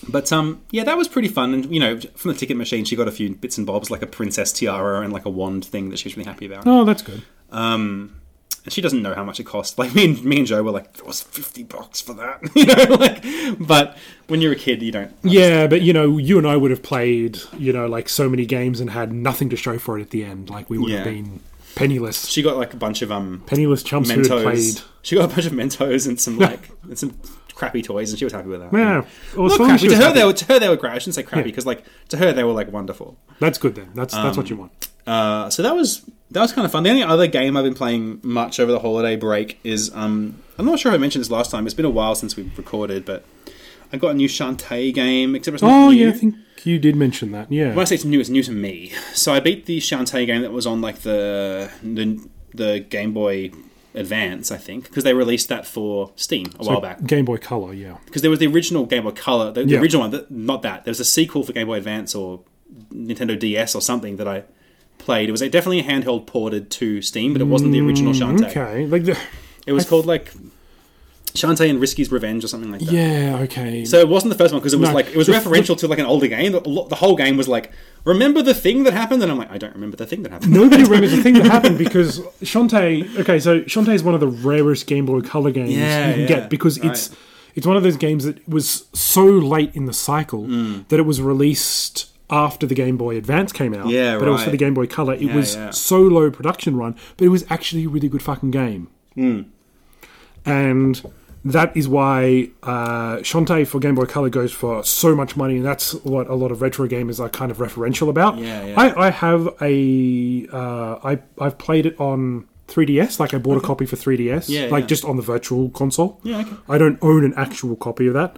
A: But um, yeah, that was pretty fun. And you know, from the ticket machine, she got a few bits and bobs, like a princess tiara and like a wand thing that she was really happy about.
B: Oh, that's good.
A: Um, and she doesn't know how much it costs. Like me and me and Joe were like, it was fifty bucks for that, you know. Like, but when you're a kid, you don't.
B: Yeah, but you know, you and I would have played, you know, like so many games and had nothing to show for it at the end. Like we would have
A: Yeah.
B: been penniless,
A: She got like a bunch of um
B: penniless chumps who had played.
A: Mentos. She got a bunch of Mentos and some like and some crappy toys, and she was happy with that.
B: Yeah, well, as
A: Not
B: long
A: crappy.
B: as she
A: To
B: was
A: her,
B: happy.
A: they were to her they were great. I shouldn't say crappy because like to her they were Um, like wonderful.
B: That's good then. That's that's what you want.
A: Uh, so that was that was kind of fun. The only other game I've been playing much over the holiday break is um, I'm not sure if I mentioned this last time. It's been a while since we recorded, but I got a new Shantae game. Except it's not
B: Oh
A: new.
B: yeah, I think you did mention that. Yeah,
A: When I say it's new, it's new to me. So I beat the Shantae game that was on like the the, the Game Boy Advance, I think, because they released that for Steam a while back.
B: Game Boy Color. Yeah,
A: Because there was the original Game Boy Color, the, the
B: Yeah.
A: original one, th- not that. There was a sequel for Game Boy Advance or Nintendo DS or something that I played. It was like, definitely a handheld ported to Steam, but it wasn't the original Shantae.
B: okay. Like the,
A: It was called like Shantae and Risky's Revenge or something like that.
B: yeah, okay.
A: So it wasn't the first one because it was
B: No.
A: like it was
B: The f-
A: referential to like an older game. The, the whole game was like, remember the thing that happened, and I'm like, I don't remember the thing that happened.
B: Nobody remembers the thing that happened because Shantae. Okay, so Shantae is one of the rarest Game Boy Color games
A: Yeah,
B: you can
A: yeah,
B: get because it's it's one of those games that was so late in the cycle
A: Hmm.
B: that it was released after the Game Boy Advance came out.
A: Yeah,
B: but it was for
A: right.
B: the Game Boy Color. It was
A: yeah.
B: so low production run, but it was actually a really good fucking game.
A: Hmm.
B: And that is why uh, Shantae for Game Boy Color goes for so much money, and that's what a lot of retro gamers are kind of referential about.
A: Yeah, yeah.
B: I, I have a uh, I I've played it on 3DS. Like I bought a copy for 3DS,
A: Yeah,
B: like
A: yeah.
B: just on the virtual console.
A: Yeah, okay. Hmm.
B: I don't own an actual copy of that.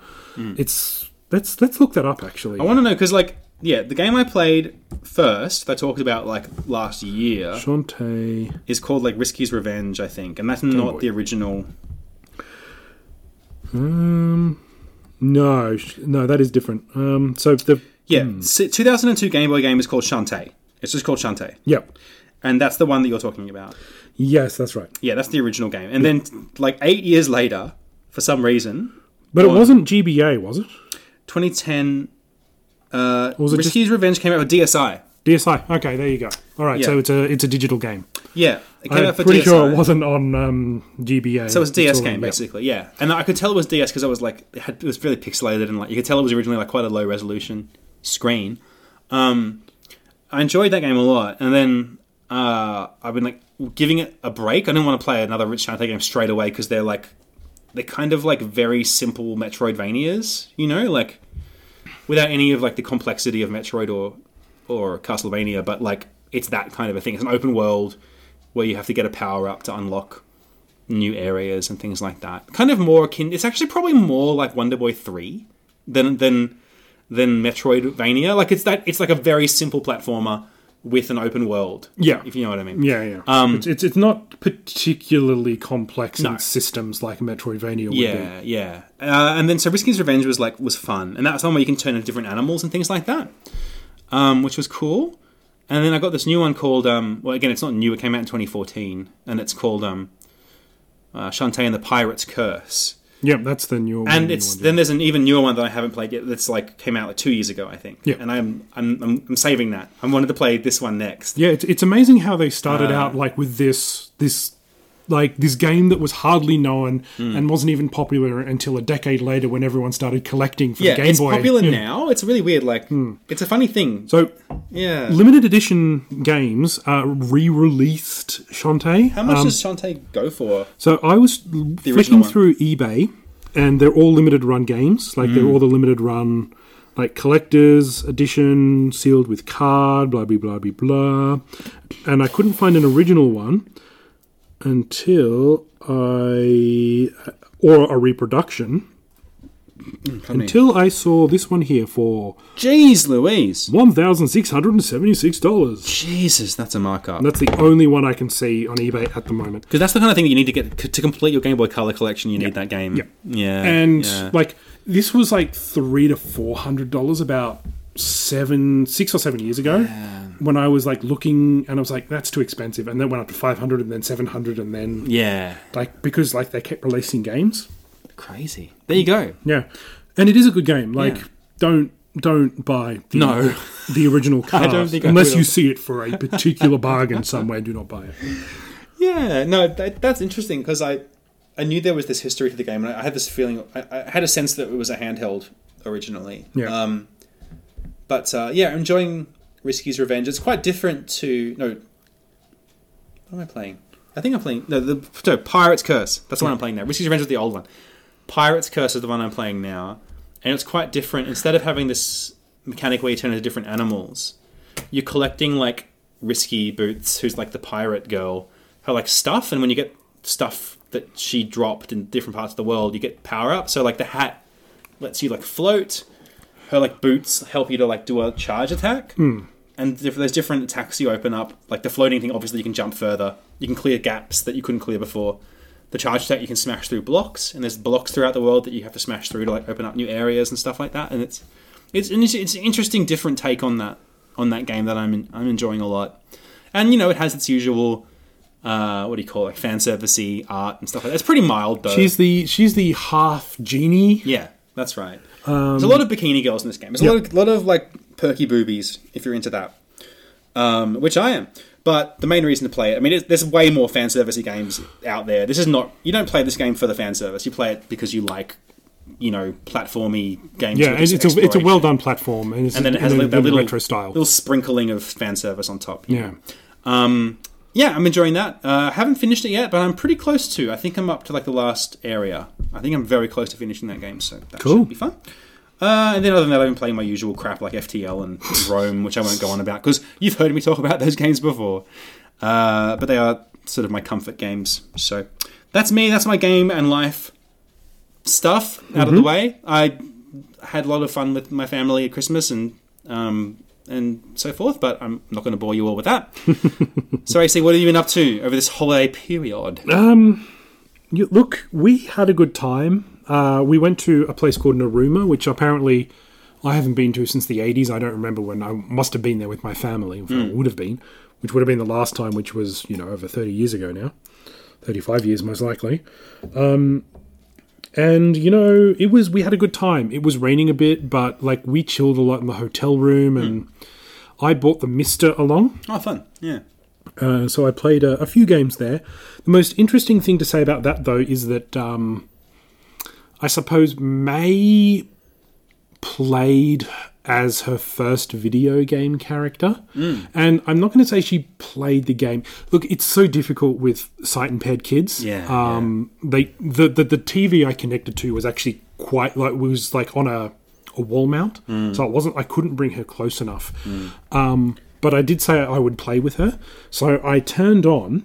B: It's let's let's look that up actually.
A: I want to know because, like, yeah, the game I played first, that I talked about like last year,
B: Shantae.
A: is called like Risky's Revenge, I think, and that's not
B: Boy.
A: the original.
B: Um, no, sh- no, that is different. Um, so the
A: Yeah,
B: Hmm.
A: s 2002 Game Boy game is called Shantae. It's just called Shantae,
B: yeah,
A: and that's the one that you're talking about.
B: yes, that's right.
A: Yeah, that's the original game, and then like eight years later, for some reason,
B: But it wasn't GBA, was it?
A: 2010. Uh,
B: was it
A: Risky's Revenge came out with DSi.
B: DSi. Okay, there you go. All right, so
A: Yeah.
B: it's a it's a digital game.
A: Yeah, it came
B: I'm
A: out for
B: pretty
A: DSi.
B: sure it wasn't on um, GBA.
A: So it was a DS
B: It's all-
A: game,
B: yeah.
A: basically, yeah. And I could tell it was DS because it was like it, had, it was fairly pixelated and like you could tell it was originally like quite a low resolution screen. Um, I enjoyed that game a lot, and then uh, I've been like giving it a break. I didn't want to play another Rich Shantae game straight away because they're like they're kind of like very simple Metroidvanias, you know, like without any of like the complexity of Metroid or or Castlevania, but like it's that kind of a thing. It's an open world where you have to get a power up to unlock new areas and things like that. Kind of more akin. It's actually probably more like Wonder Boy Three than than than Metroidvania. Like it's that it's like a very simple platformer with an open world.
B: Yeah.
A: if you know what I mean.
B: Yeah, yeah.
A: Um,
B: it's, it's it's not particularly complex in systems like Metroidvania would be.
A: Yeah, yeah. Uh, and then so Risky's Revenge was like was fun, and that's one where you can turn into different animals and things like that, um, which was cool. And then I got this new one called um, well, again, it's not new. It came out in 2014, and it's called um, uh, Shantae and the Pirate's Curse.
B: Yeah, that's the new
A: and it's then there's an even newer one that I haven't played yet. That's like came out like two years ago, I think.
B: Yeah.
A: And I'm I'm I'm, I'm saving that. I wanted to play this one next.
B: Yeah, it's, it's amazing how they
A: Uh,
B: started out like with this this like this game that was hardly known
A: Hmm.
B: and wasn't even popular until a decade later when everyone started collecting for
A: Yeah,
B: the Game
A: it's
B: Boy.
A: popular
B: Yeah. Hmm.
A: now. It's really weird. Like, it's a funny thing.
B: So
A: yeah.
B: limited edition games are re-released Shantae.
A: How much does Shantae go for?
B: So I was
A: original
B: flicking
A: one.
B: through eBay, and they're all limited run games. Like
A: Mm.
B: they're all the limited run, like collectors edition, sealed with card, blah blah blah blah blah. And I couldn't find an original one until I or a reproduction. Until I saw this one here for
A: Jeez, Louise.
B: one thousand six hundred and seventy-six dollars.
A: Jesus, that's a markup.
B: That's the only one I can see on eBay at the moment.
A: Because that's the kind of thing that you need to get to complete your Game Boy Color collection. You need that game.
B: Yep.
A: Yeah.
B: and
A: yeah.
B: like this was like three to four hundred dollars about seven six or seven years ago when i was like looking and i was like that's too expensive and then went up to 500 and then 700 and then
A: yeah,
B: like because like they kept releasing games
A: crazy. There you go.
B: yeah and it is a good game like
A: Yeah.
B: don't don't buy the,
A: No.
B: the original card
A: don't think I
B: unless
A: will.
B: you see it for a particular bargain somewhere do not buy it
A: Yeah, no, that, that's interesting because I, I knew there was this history to the game, and I, I had this feeling, I, I had a sense that it was a handheld originally.
B: Yeah.
A: Um, but uh, yeah, enjoying Risky's Revenge. It's quite different to no. What am I playing? I think I'm playing no the no, Pirates Curse. That's the one I'm playing now. Risky's Revenge is the old one. Pirates Curse is the one I'm playing now, and it's quite different. Instead of having this mechanic where you turn into different animals, you're collecting like risky boots who's like the pirate girl her like stuff and when you get stuff that she dropped in different parts of the world you get power up so like the hat lets you like float her like boots help you to like do a charge attack and if there's different attacks you open up like the floating thing obviously you can jump further you can clear gaps that you couldn't clear before the charge attack you can smash through blocks and there's blocks throughout the world that you have to smash through to like open up new areas and stuff like that and it's it's an, it's an interesting different take on that on that game that I'm I'm enjoying a lot and you know it has its usual uh, what do you call it like fan servicey art and stuff like that it's pretty mild though
B: she's the she's the half genie
A: yeah, that's right.
B: Um,
A: There's a lot of bikini girls in this game. There's a lot, of, lot of like perky boobies if you're into that, um, which I am. But the main reason to play it, I mean, it's, there's way more fan servicey games out there. This is not you don't play this game for the fan service. You play it because you like, you know, platformy games.
B: yeah
A: with
B: and
A: this
B: it's a, it's a
A: exploration.
B: well done platform and, it's
A: and then it has
B: a,
A: like, that
B: little
A: little
B: retro style
A: little sprinkling of fan service on top.
B: yeah
A: yeah, I'm enjoying that. Uh, I haven't finished it yet, but I'm pretty close to. I think I'm up to like the last area. I think I'm very close to finishing that game, so that
B: Cool.
A: should be fun. Uh, and then other than that, I've been playing my usual crap like FTL and Rome, which I won't go on about because you've heard me talk about those games before. Uh, but they are sort of my comfort games. So that's me. That's my game and life stuff out of the way. I had a lot of fun with my family at Christmas and um, and so forth, but I'm not going to bore you all with that. so, AC, what have you been up to over this holiday period?
B: Uh, You, look, we had a good time. Uh, we went to a place called Naruma, which apparently I haven't been to since the 80s. I don't remember when. I must have been there with my family. In fact, I would have been, which would have been the last time, which was, you know, over 30 years ago now. 35 years, most likely. Um, and, you know, it was, we had a good time. It was raining a bit, but, like, we chilled a lot in the hotel room and. I bought the Mister along,
A: Oh, fun. Yeah.
B: uh, so I played a, a few games there. The most interesting thing to say about that, though, is that um, I suppose May played as her first video game character.
A: Mm.
B: And I'm not going to say she played the game. Look, it's so difficult with sight impaired kids.
A: Yeah,
B: Um, They the, the the TV I connected to was actually quite like was like on a a wall mount,
A: Mm.
B: so it wasn't. I couldn't bring her close enough. Um, but I did say I would play with her, so I turned on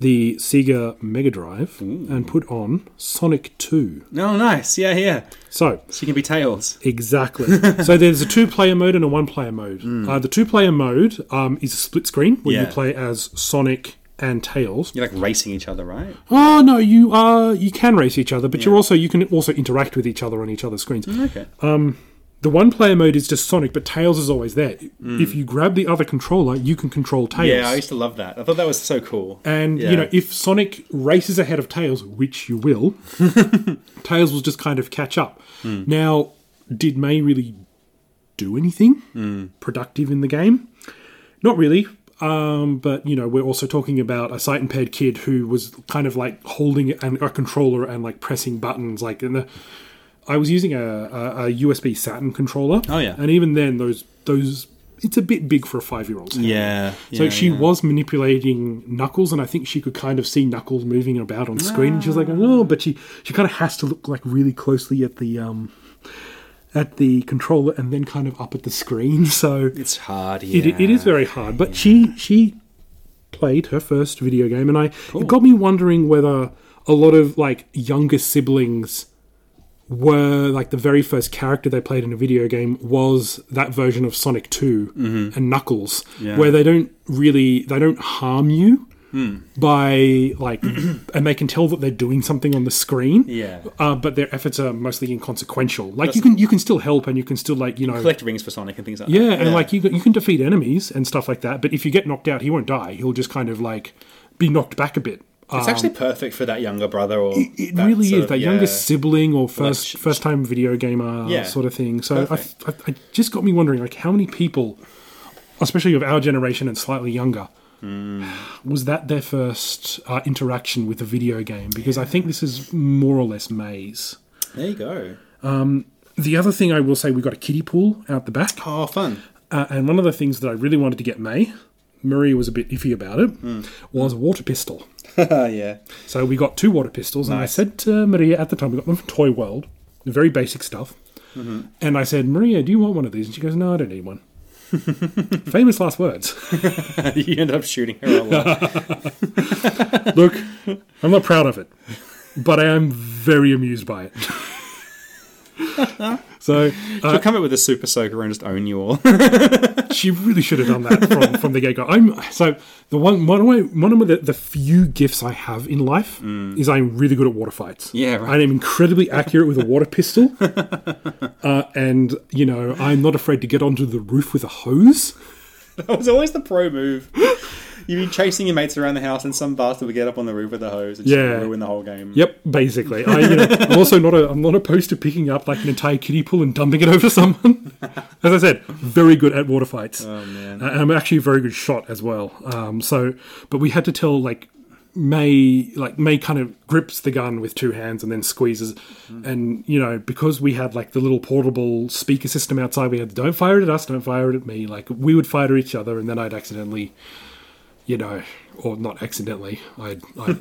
B: the Sega Mega Drive and put on Sonic 2.
A: Oh, nice. Yeah, yeah.
B: So,
A: She can be Tails.
B: Exactly. so there's a two player mode and a one player mode. Uh, the two player mode um, is a split screen where you
A: Hmm. Yeah.
B: play as Sonic and Tails.
A: You're like racing each other, right?
B: Oh no, you are you can race each other, but you're also you can also interact with each other on each other's screens.
A: Okay.
B: The one player mode is just Sonic, but Tails is always there. If you grab the other controller, you can control Tails.
A: Hmm. yeah, I used to love that. I thought that was so cool.
B: And
A: Yeah.
B: you know, if Sonic races ahead of Tails, which you will, Tails will just kind of catch up.
A: Hmm.
B: Now, did May really do anything
A: Hmm.
B: productive in the game? Not really. Um, but you know, we're also talking about a sight impaired kid who was kind of like holding an, a controller and like pressing buttons, like in the. I was using a, a, a USB Saturn controller.
A: Oh, yeah.
B: and even then, those those it's a bit big for a five year old.
A: yeah.
B: So
A: yeah,
B: she
A: yeah.
B: was manipulating Knuckles, and I think she could kind of see Knuckles moving about on screen. And she was like, "Oh," but she she kind of has to look like really closely at the um at the controller, and then kind of up at the screen. So
A: It's hard. Yeah.
B: it, it is very hard. But she she played her first video game, and I it got me wondering whether a lot of like younger siblings were like the very first character they played in a video game was that version of Sonic 2 and Knuckles
A: Mm-hmm. Yeah.
B: where they don't really they don't harm you
A: Hmm.
B: by like and they can tell that they're doing something on the screen
A: Yeah.
B: uh, but their efforts are mostly inconsequential like you can you can still help and you can still like you know
A: Collect rings for Sonic and things like
B: yeah,
A: that.
B: and like you, can- you can defeat enemies and stuff like that, but if you get knocked out, he won't die. He'll just kind of like be knocked back a bit. Uh,
A: It's actually perfect for that younger brother or.
B: it really is that younger sibling or first
A: sh-
B: first time video gamer
A: Yeah,
B: sort of thing. So I, I, I just got me wondering, like, how many people, especially of our generation and slightly younger, Hmm. was that their first uh, interaction with a video game? Because I think this is more or less Maze.
A: There you go.
B: The other thing I will say, we got a kiddie pool out the back.
A: Oh, fun.
B: Uh, and one of the things that I really wanted to get May, Maria was a bit iffy about it, was a water pistol.
A: yeah.
B: So we got two water pistols, and I said to Maria at the time, we got them from Toy World, the very basic stuff. And I said, Maria, do you want one of these? And she goes, No, I don't need one. Famous last words.
A: you end up shooting her a lot.
B: Look, I'm not proud of it, but I am very amused by it. so uh,
A: She'll come up with a super soaker and just own you all.
B: she really should have done that from, from the get go. I'm so the one one of my, one of the, the few gifts I have in life is I'm really good at water fights.
A: Mm. Yeah, right.
B: I am incredibly accurate with a water pistol, uh, and you know I'm not afraid to get onto the roof with a hose.
A: That was always the pro move. You'd be chasing your mates around the house, and some bastard would get up on the roof with a hose and just
B: Yeah.
A: ruin the whole game.
B: Yep, basically. I, you know, I'm also not a, I'm not opposed to picking up like an entire kiddie pool and dumping it over someone. As I said, very good at water fights. Oh man, I'm actually a very good shot as well. Um, so, but we had to tell like May, like May, kind of grips the gun with two hands and then squeezes, and you know because we had like the little portable speaker system outside, we had don't fire it at us, don't fire it at me. Like we would fire at each other, and then I'd accidentally you know, or not accidentally. I, I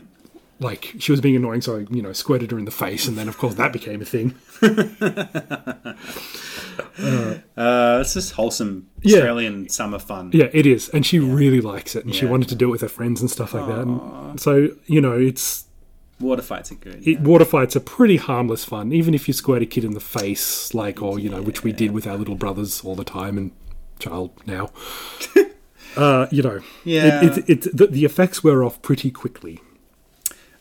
B: like she was being annoying, so I, you know, squirted her in the face, and then of course that became a thing.
A: Uh, oh, it's just wholesome Australian summer fun.
B: Yeah, it is, and she really likes it, and she wanted to do it with her friends and stuff like that. And so you know, it's
A: Water fights are good.
B: it, water fights are pretty harmless fun, even if you squirt a kid in the face, like or you know, which we did with our little brothers all the time and child now. uh, you know,
A: Yeah.
B: it, it, it, the, the effects wear off pretty quickly.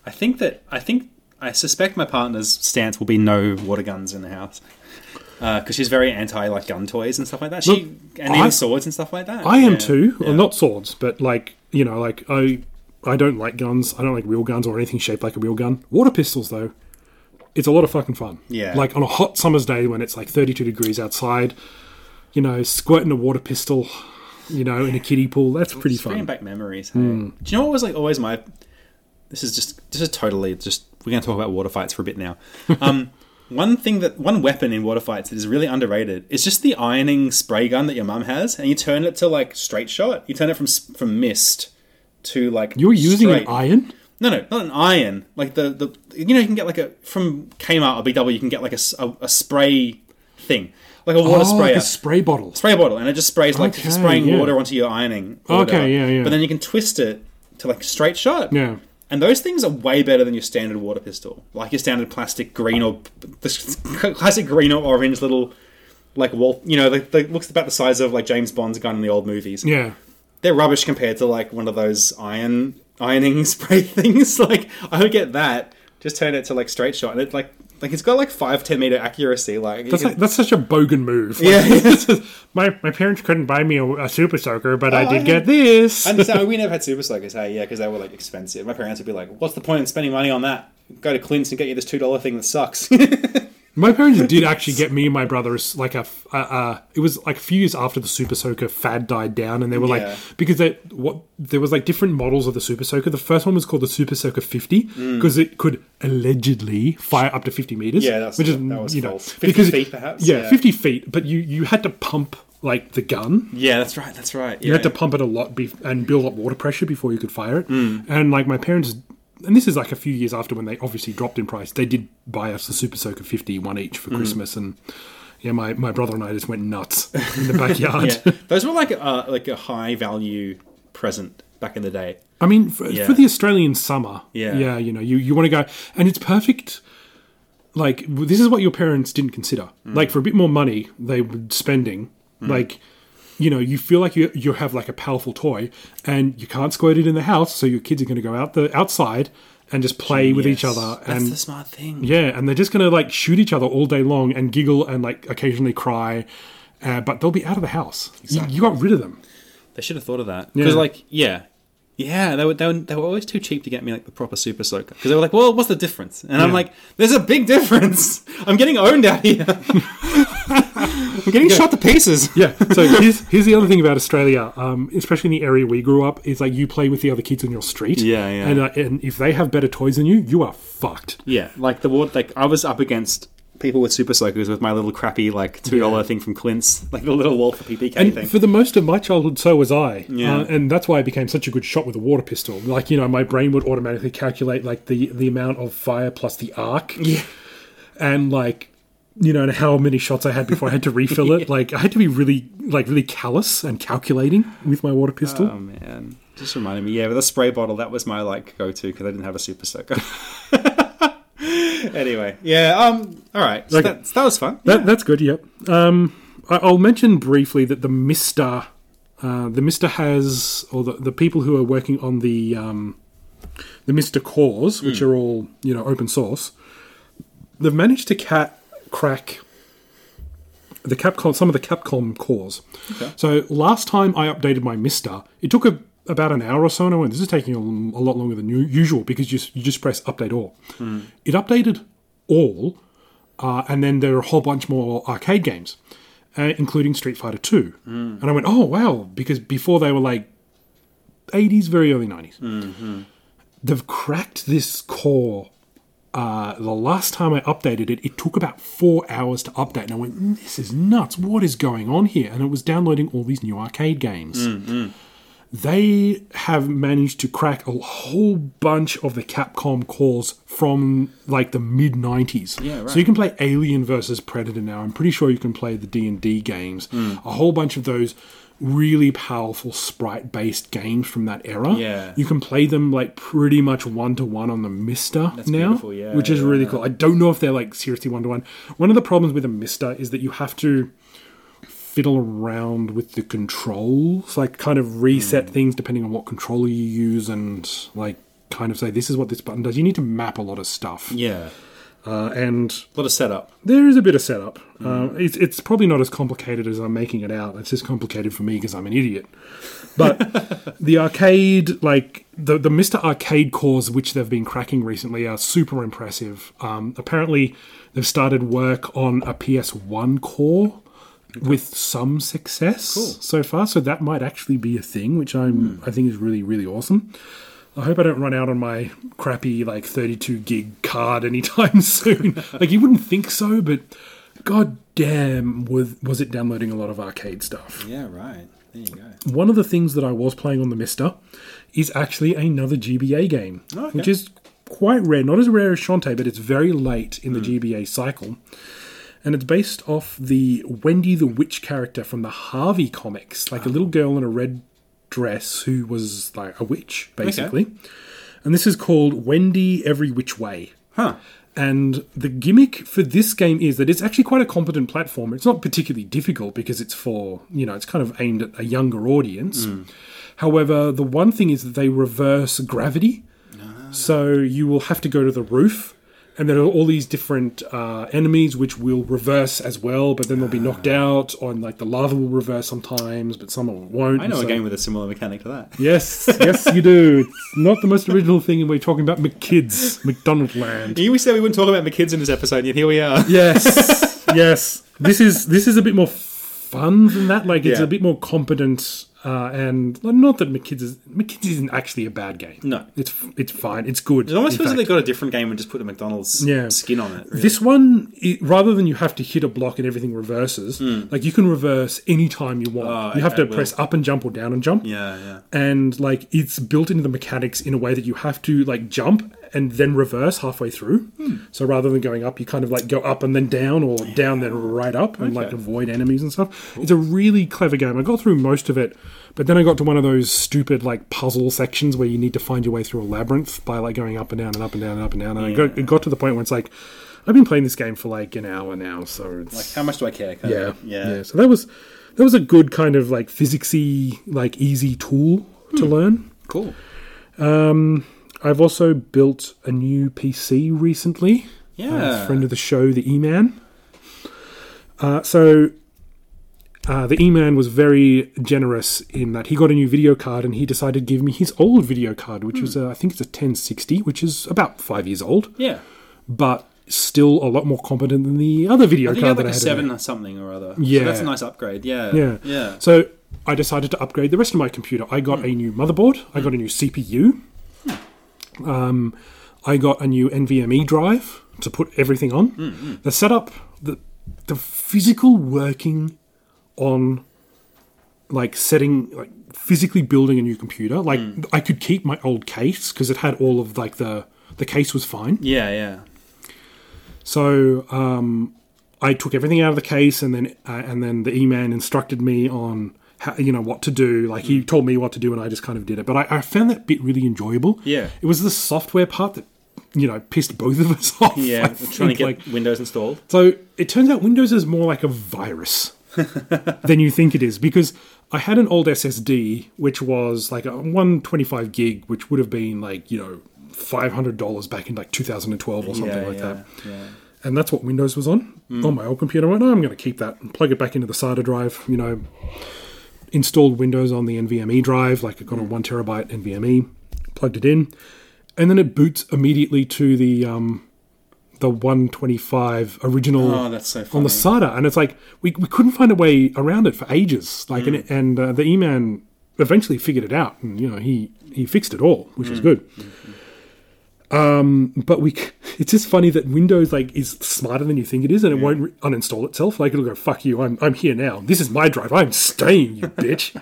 A: I think that I think I suspect my partner's stance will be no water guns in the house because she's very anti like gun toys and stuff like that. She and
B: I-
A: even swords and stuff like that.
B: I am
A: Yeah.
B: too. Well, not swords, but like you know, like I I don't like guns. I don't like real guns or anything shaped like a real gun. Water pistols though, it's a lot of fucking fun.
A: Yeah.
B: Like on a hot summer's day when it's like 32 degrees outside, you know, squirting a water pistol, you know, in a kiddie pool. That's pretty
A: It's bringing
B: fun. Hmm.
A: back memories. hey? Do you know what was like always my? This is just this is totally just we're going to talk about water fights for a bit now. Um, one thing that one weapon in water fights that is really underrated is just the ironing spray gun that your mum has, and you turn it to like straight shot. You turn it from s- from mist to like
B: You're using
A: straight.
B: an iron.
A: No, no, not an iron. Like the, the you know you can get like a from Kmart or BW you can get like a, s- a- a spray thing like a water
B: oh,
A: sprayer
B: like a spray bottle.
A: spray bottle, and it just sprays like
B: Okay,
A: spraying
B: yeah.
A: water onto your ironing. or
B: Okay,
A: whatever.
B: yeah, yeah.
A: But then you can twist it to like straight shot.
B: Yeah.
A: And those things are way better than your standard water pistol, like your standard plastic green or the classic green or orange little, like wall. You know, that that looks about the size of like James Bond's gun in the old movies
B: Yeah.
A: they're rubbish compared to like one of those iron ironing spray things. like I would get that, just turn it to like straight shot, and it like like it's got like five ten meter accuracy. Like, you
B: That's,
A: can-
B: like, that's such a bogan move. Like,
A: yeah.
B: my, my parents couldn't buy me a, a super soaker, but I
A: Oh, I
B: did
A: had-
B: get this.
A: I understand. We never had super soakers, hey, yeah, because they were like expensive. My parents would be like, "What's the point in spending money on that? Go to Clint's and get you this two dollar thing that sucks."
B: My parents did actually get me and my brothers like a, f- a- a- it was like a few years after the Super Soaker fad died down, and they were
A: Yeah.
B: like because they what there was like different models of the Super Soaker. The first one was called the Super Soaker 50
A: Mm.
B: because it could allegedly fire up to 50 meters.
A: Yeah, that's-
B: which is
A: that was
B: you know
A: false. 50
B: because
A: feet, perhaps?
B: Yeah,
A: Yeah.
B: 50 feet, but you you had to pump like the gun.
A: yeah, that's right. That's right.
B: You had to pump it a lot be- and build up water pressure before you could fire it.
A: Hmm.
B: And like my parents, and this is like a few years after when they obviously dropped in price, they did buy us the Super Soaker 50, one each
A: Hmm.
B: for Christmas. And yeah, my, my brother and I just went nuts in the backyard.
A: yeah. Those were like uh, like a high value present back in the day.
B: I mean, for,
A: Yeah.
B: for the Australian summer,
A: Yeah.
B: yeah, you know, you, you want to go, and it's perfect. Like w- this is what your parents didn't consider.
A: Mm.
B: Like for a bit more money, they were spending. Like, you know, you feel like you you have like a powerful toy, and you can't squirt it in the house, so your kids are going to go out the outside and just play with each
A: Yes.
B: other,
A: That's
B: and
A: the smart thing.
B: yeah, and they're just going to like shoot each other all day long and giggle and like occasionally cry, uh, but they'll be out of the house. You- You, got rid of them.
A: They should have thought of that. Because,
B: Yeah.
A: like, yeah. Yeah, they were, they, were, they were always too cheap to get me, like, the proper Super Soaker. Because they were like, well, what's the difference? And I'm
B: Yeah.
A: like, there's a big difference. I'm getting owned out here. I'm getting shot to pieces.
B: Yeah. So here's here's the other thing about Australia, um, especially in the area we grew up, is like you play with the other kids on your street.
A: Yeah, yeah.
B: And, uh, and if they have better toys than you, you are fucked.
A: Yeah, like, the water, like, I was up against people with Super Soakers with my little crappy, like, $2 thing from Clint's, like, the little Walther PPK thing.
B: And for the most of my childhood, so was I.
A: Yeah.
B: Uh, and that's why I became such a good shot with a water pistol. Like you know, my brain would automatically calculate like the the amount of fire plus the arc. Yeah. And like. You know, and how many shots I had before I had to refill it. Like I had to be really, like really callous and calculating with my water pistol.
A: oh, man. Just reminded me. Yeah, but the spray bottle, that was my, like, go to because I didn't have a Super Soaker. anyway. Yeah, um, all right. So
B: Okay.
A: that, so that was fun.
B: That, That's good. Yep. Um, I, I'll mention briefly that the Mister, uh, the Mister has, or the, the people who are working on the um, the Mister cores, which are all you know open source, they've managed to cat crack the Capcom some of the Capcom cores. So last time I updated my Mister, it took a, about an hour or so, and I went, "This is taking a, a lot longer than u- usual because you, s- you just press update all." It updated all, uh, and then there are a whole bunch more arcade games, uh, including Street Fighter Two. And I went, "Oh wow!" Because before they were like 80s, very early 90s. They've cracked this core. Uh, the last time I updated it, it took about four hours to update, and I went,
A: Mm,
B: "This is nuts! What is going on here?" And it was downloading all these new arcade games. they have managed to crack a whole bunch of the Capcom cores from like the mid 90s.
A: Yeah, right.
B: So you can play Alien versus Predator now. I'm pretty sure you can play the D&D games.
A: Mm.
B: A whole bunch of those really powerful sprite-based games from that era.
A: Yeah.
B: You can play them like pretty much one-to-one on the Mister now,
A: beautiful, yeah,
B: which is
A: yeah.
B: really cool. I don't know if they're like seriously one-to-one. One of the problems with a Mister is that you have to fiddle around with the controls, like kind of reset
A: Hmm.
B: things depending on what controller you use, and like kind of say this is what this button does. You need to map a lot of stuff,
A: Yeah.
B: uh, and
A: A lot of setup.
B: there is a bit of setup. Uh, it's it's probably not as complicated as I'm making it out. It's just complicated for me because I'm an idiot. But the arcade, like the the Mister Arcade cores, which they've been cracking recently, are super impressive. Um, apparently, they've started work on a PS1 core with some success so far. So that might actually be a thing, which I'm I think is really really awesome. I hope I don't run out on my crappy like 32 gig card anytime soon. like you wouldn't think so, but god damn was was it downloading a lot of arcade stuff.
A: Yeah, right. There you go.
B: One of the things that I was playing on the Mister is actually another GBA game,
A: okay.
B: which is quite rare. Not as rare as Shantae, but it's very late in the GBA cycle. And it's based off the Wendy the Witch character from the Harvey comics, like a little girl in a red dress who was like a witch, basically. And this is called Wendy Every Which Way.
A: Huh.
B: And the gimmick for this game is that it's actually quite a competent platform. It's not particularly difficult because it's for, you know, it's kind of aimed at a younger audience.
A: Hmm.
B: However, the one thing is that they reverse gravity.
A: Ah.
B: So you will have to go to the roof. And there are all these different uh, enemies which will reverse as well, but then they'll be
A: Ah.
B: knocked out. On like the lava will reverse sometimes, but some won't.
A: I know
B: and
A: a
B: so-
A: game with a similar mechanic to that.
B: Yes, yes, you do. It's not the most original thing, and we're talking about McKids, McDonald Land.
A: You always said we wouldn't talk about McKids in this episode, yet here we are.
B: Yes, yes. This is this is a bit more fun than that. Like it's
A: Yeah.
B: a bit more competent, uh, and well, not that McKids is McKids isn't actually a bad game.
A: No.
B: it's it's fine. It's good.
A: It almost
B: in
A: feels like
B: fact.
A: they got a different game and just put a McDonald's
B: Yeah.
A: skin on it. really.
B: This one, it, rather than you have to hit a block and everything reverses, like you can reverse any time you want.
A: Hmm. Oh,
B: you have
A: okay,
B: to
A: well.
B: press up and jump or down and jump.
A: yeah, yeah.
B: And like it's built into the mechanics in a way that you have to like jump and then reverse halfway through.
A: Hmm.
B: So rather than going up, you kind of like go up and then down or down then right up and like
A: Okay.
B: avoid enemies and stuff. It's a really clever game. I got through most of it, but then I got to one of those stupid like puzzle sections where you need to find your way through a labyrinth by like going up and down and up and down and up and down. And I got, it got to the point where it's like, I've been playing this game for like an hour now, so it's
A: Like, how much do I care? kind
B: yeah,
A: of? yeah.
B: So that was that was a good kind of like physicsy, like easy tool to
A: Hmm.
B: learn.
A: Cool.
B: I've also built a new PC recently.
A: Yeah.
B: Uh, friend of the show, the E Man. Uh, so. Uh, the E-Man was very generous in that he got a new video card and he decided to give me his old video card, which
A: Hmm.
B: was a, I think it's a 1060, which is about five years old,
A: yeah.
B: but still a lot more competent than the other video
A: I think
B: card
A: you have
B: that
A: like
B: I
A: a
B: had. in
A: seven or something or other. So
B: Yeah.
A: that's a nice upgrade. Yeah.
B: Yeah.
A: Yeah.
B: So I decided to upgrade the rest of my computer. I got a new motherboard. I got a new CPU. Um, I got a new NVMe E drive to put everything on. The setup, the the physical working on like setting like physically building a new computer like i could keep my old case because it had all of like the the case was fine
A: Yeah. Yeah.
B: so um, I took everything out of the case, and then uh, and then the E man instructed me on how, you know what to do. Like
A: Mm.
B: he told me what to do, and I just kind of did it. But I, I found that bit really enjoyable.
A: Yeah.
B: it was the software part that you know pissed both of us off. I
A: Yeah. Trying to
B: think,
A: get
B: like-
A: Windows installed.
B: so it turns out Windows is more like a virus than you think it is because I had an old SSD which was like a 125 gig, which would have been like you know $500 back in like 2012 or something
A: yeah,
B: like
A: yeah,
B: that
A: Yeah.
B: and that's what Windows was on on my old computer. I went, oh, I'm going to keep that and plug it back into the SATA drive. You know, installed Windows on the NVMe drive, like I got a one terabyte NVMe, plugged it in, and then it boots immediately to the um, the 125 original
A: Oh, that's so funny.
B: on the SATA, and it's like we, we couldn't find a way around it for ages. Like,
A: Mm.
B: and, and uh, the E-man eventually figured it out,
A: Mm.
B: and you know he he fixed it all, which is good. Um, but we c- it's just funny that Windows like is smarter than you think it is, and it won't re- uninstall itself. Like it'll go, "Fuck you! I'm I'm here now. This is my drive. I'm staying, you bitch."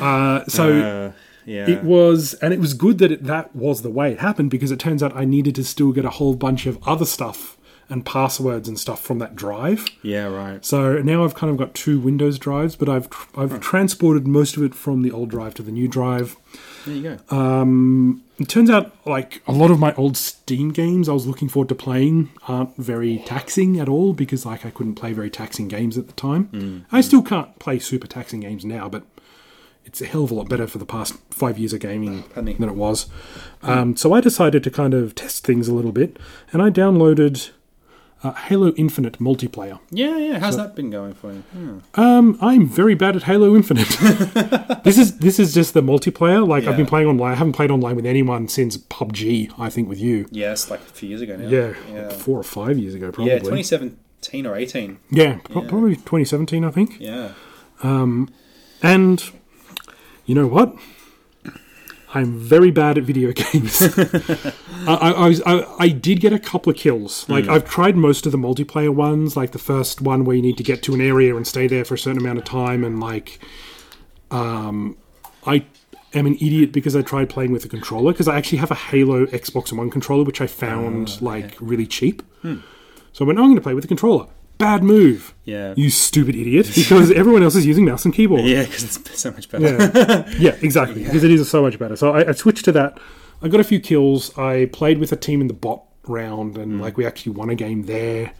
B: Uh, so
A: Uh, yeah.
B: it was, and it was good that it, that was the way it happened because it turns out I needed to still get a whole bunch of other stuff and passwords and stuff from that drive.
A: yeah, right.
B: So now I've kind of got two Windows drives, but I've tr- I've transported most of it from the old drive to the new drive.
A: There you go.
B: Uh, It turns out like a lot of my old Steam games I was looking forward to playing aren't very taxing at all because like I couldn't play very taxing games at the time. I still can't play super taxing games now, but it's a hell of a lot better for the past five years of gaming
A: Pardon me.
B: than it was. Um, so I decided to kind of test things a little bit, and I downloaded uh, Halo Infinite multiplayer.
A: yeah, yeah. How's that been going for you? Hmm.
B: Um, I'm very bad at Halo Infinite. this is this is just the multiplayer. Like I've been
A: Yeah.
B: playing online. I haven't played online with anyone since PUBG. I think with you.
A: Yeah, it's like a few years ago now.
B: Yeah,
A: Yeah,
B: four or five years ago, probably.
A: yeah 2017 or 18.
B: Yeah, pro- probably 2017, I think.
A: Yeah.
B: And you know what? I'm very bad at video games. I, I, I, was, I, I did get a couple of kills.
A: Hmm.
B: Like, I've tried most of the multiplayer ones, like the first one where you need to get to an area and stay there for a certain amount of time. And, like, um, I am an idiot because I tried playing with a controller because I actually have a Halo Xbox One controller, which I found,
A: Ah,
B: like, really cheap.
A: Hmm.
B: So I went, "Oh, I'm going to play with a controller. Bad move.
A: Yeah.
B: You stupid idiot. Because everyone else is using mouse and keyboard.
A: Yeah, because it's so much better.
B: Yeah, yeah exactly. Because it is so much better. So I, I switched to that. I got a few kills. I played with a team in the bot round, and like we actually won a game there.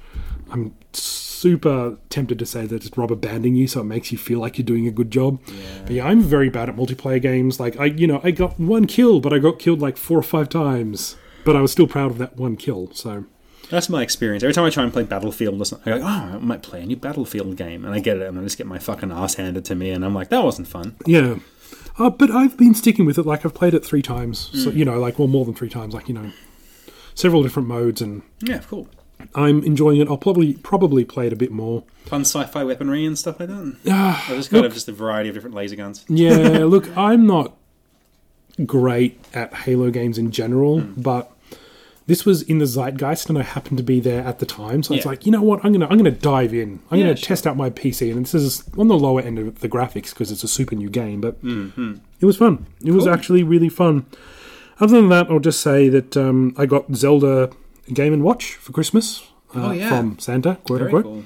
B: I'm super tempted to say that it's rubber banding you, so it makes you feel like you're doing a good job. But yeah, I'm very bad at multiplayer games. Like I, you know, I got one kill, but I got killed like four or five times. But I was still proud of that one kill. So
A: That's my experience. Every time I try and play Battlefield, or something, I go, oh, I might play a new Battlefield game. And I get it, and I just get my fucking ass handed to me, and I'm like, that wasn't fun.
B: Yeah. Uh, but I've been sticking with it. Like, I've played it three times. So, you know, like, well, more than three times. Like, you know, several different modes, and
A: Yeah, cool.
B: I'm enjoying it. I'll probably probably play it a bit more.
A: Fun sci fi weaponry and stuff like that. I've just got just a variety of different laser guns.
B: Yeah, look, I'm not great at Halo games in general,
A: Hmm.
B: but this was in the zeitgeist, and I happened to be there at the time. So it's
A: Yeah.
B: like, you know what? I'm gonna I'm gonna dive in. I'm
A: Yeah,
B: gonna
A: sure.
B: test out my PC, and this is on the lower end of the graphics because it's a super new game. But it was fun. It
A: Mm-hmm.
B: was
A: Cool.
B: actually really fun. Other than that, I'll just say that um, I got Zelda Game and Watch for Christmas uh,
A: Oh, yeah.
B: from Santa, quote
A: Very
B: unquote.
A: cool.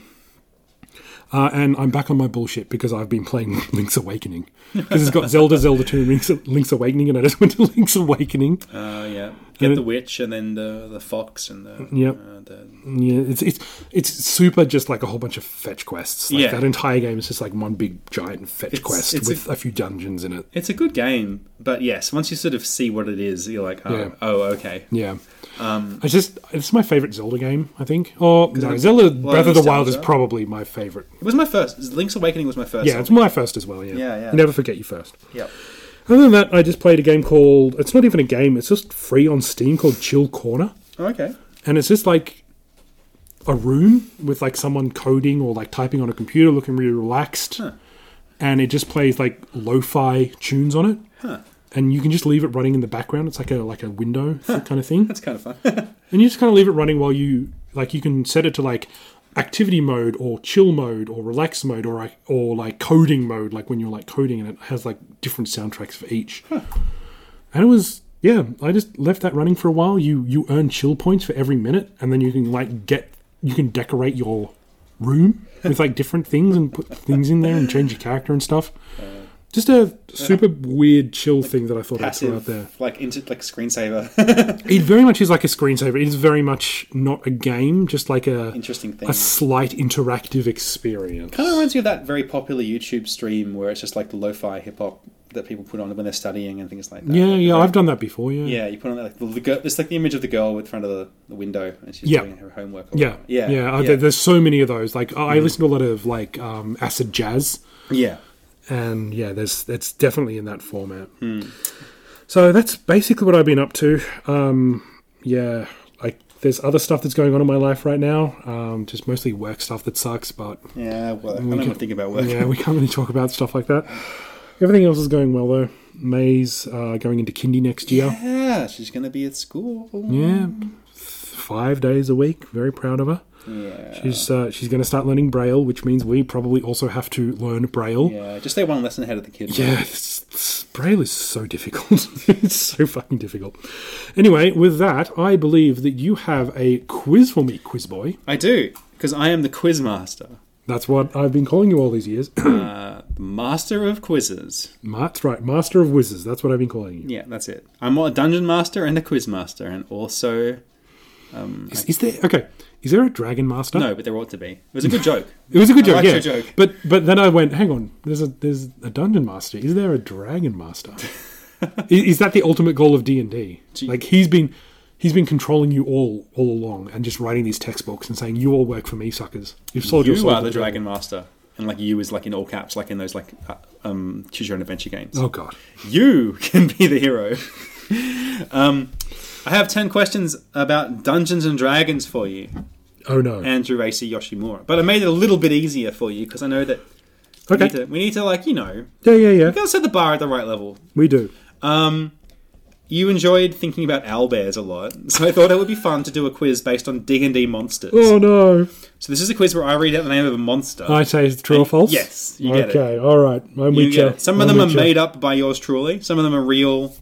B: Uh, and I'm back on my bullshit because I've been playing Link's Awakening. Because it's got Zelda, Zelda 2, and Link's, Link's Awakening, and I just went to Link's Awakening.
A: Uh, yeah. Get
B: And it-
A: the witch, and then the, the fox, and the.
B: Yep.
A: Uh, the
B: Yeah, it's, it's it's super just like a whole bunch of fetch quests. Like
A: Yeah.
B: That entire game is just like one big giant fetch
A: It's-
B: quest
A: it's a-
B: with a, few dungeons in it.
A: it's a good game, but yes, once you sort of see what it is, you're like, oh,
B: Yeah.
A: oh okay.
B: Yeah. Um, it's just, it's my favorite Zelda game, I think. Or, no, Zelda Breath of the
A: it's
B: Wild is
A: Zelda.
B: probably my favorite.
A: It was my first. Link's Awakening was my first.
B: Yeah, it's my first as well, yeah.
A: Yeah, yeah.
B: You never forget your first.
A: yeah.
B: Other than that, I just played a game called, it's not even a game, it's just free on Steam called Chill Corner.
A: Oh, Okay.
B: and it's just like a room with like someone coding or like typing on a computer looking really relaxed and it just plays like lo-fi tunes on it and you can just leave it running in the background it's like a like a window kind of thing
A: That's kind of fun.
B: and you just kind of leave it running while you like you can set it to like activity mode or chill mode or relax mode or like or like coding mode like when you're like coding and it has like different soundtracks for each and it was yeah i just left that running for a while you you earn chill points for every minute and then you can like get you can decorate your room with like different things and put things in there and change your character and stuff just a super weird chill thing that i thought i'd throw out there
A: Passive, like into like screensaver.
B: it very much is like a screensaver. It is very much not a game, just like a
A: Interesting thing.
B: a slight interactive experience.
A: Kind of reminds me of that very popular YouTube stream where it's just like lo-fi hip hop that people put on when they're studying and things like that.
B: Yeah,
A: Like,
B: yeah,
A: like-
B: I've done that before. Yeah,
A: yeah. You put on that like the, the girl, it's like the image of the girl in front of the, the window and she's
B: Yeah.
A: doing her homework. Or
B: yeah,
A: whatever.
B: yeah.
A: yeah,
B: Uh,
A: yeah. Hmm.
B: there- There's so many of those. Like I I listen to a lot of like um, acid jazz,
A: yeah.
B: and yeah, there's it's definitely in that format.
A: Hmm.
B: So that's basically what I've been up to. Um, yeah, like there's other stuff that's going on in my life right now. Um, just mostly work stuff that sucks, but
A: Yeah, Well, I don't
B: can-
A: even think about work.
B: Yeah, we can't really talk about stuff like that. Everything else is going well though. May's uh, going into kindy next year.
A: Yeah, she's gonna be at school.
B: Yeah. five days a week. Very proud of her.
A: Yeah.
B: She's uh, she's going to start learning Braille, which means we probably also have to learn Braille.
A: Yeah, just stay one lesson ahead of the kids.
B: Yeah, it's- it's- Braille is so difficult. it's so fucking difficult. Anyway, with that, I believe that you have a quiz for me, quiz boy.
A: I do, because I am the quiz master,
B: That's what I've been calling you all these years.
A: uh, the master of quizzes.
B: Ma- That's right, Master of Whizzes. That's what I've been calling you.
A: Yeah, that's it. I'm a dungeon master and a quiz master, and also
B: Is, is there okay? Is there a Dragon Master?
A: no, but there ought to be. It was a good joke.
B: It was a good
A: I
B: joke,
A: liked
B: yeah.
A: your joke.
B: But but then I went, hang on, there's a there's a dungeon master. Is there a dragon master? I- is, that the ultimate goal of D and D? Like he's been he's been controlling you all all along and just writing these textbooks and saying you all work for me, suckers. You've sold your
A: You
B: soul
A: are
B: to
A: the dragon master, and like you is like in all caps, like in those like uh, um, choose your own adventure games.
B: Oh god,
A: You can be the hero. um, I have ten questions about Dungeons and Dragons for you,
B: oh no.
A: Andrew Racy Yoshimura. But I made it a little bit easier for you because I know that we,
B: okay,
A: need to, we need to like you know
B: yeah yeah yeah,
A: gotta set the bar at the right level.
B: we do.
A: Um, you enjoyed thinking about owlbears a lot, so I thought it would be fun to do a quiz based on D&D monsters.
B: Oh no,
A: So this is a quiz where I read out the name of a monster.
B: I say it's true or false.
A: yes, you get it.
B: okay, all right. I'm
A: You
B: with
A: get
B: you.
A: it. Some of
B: I'm
A: them are
B: with ya.
A: made up by yours truly. Some of them are real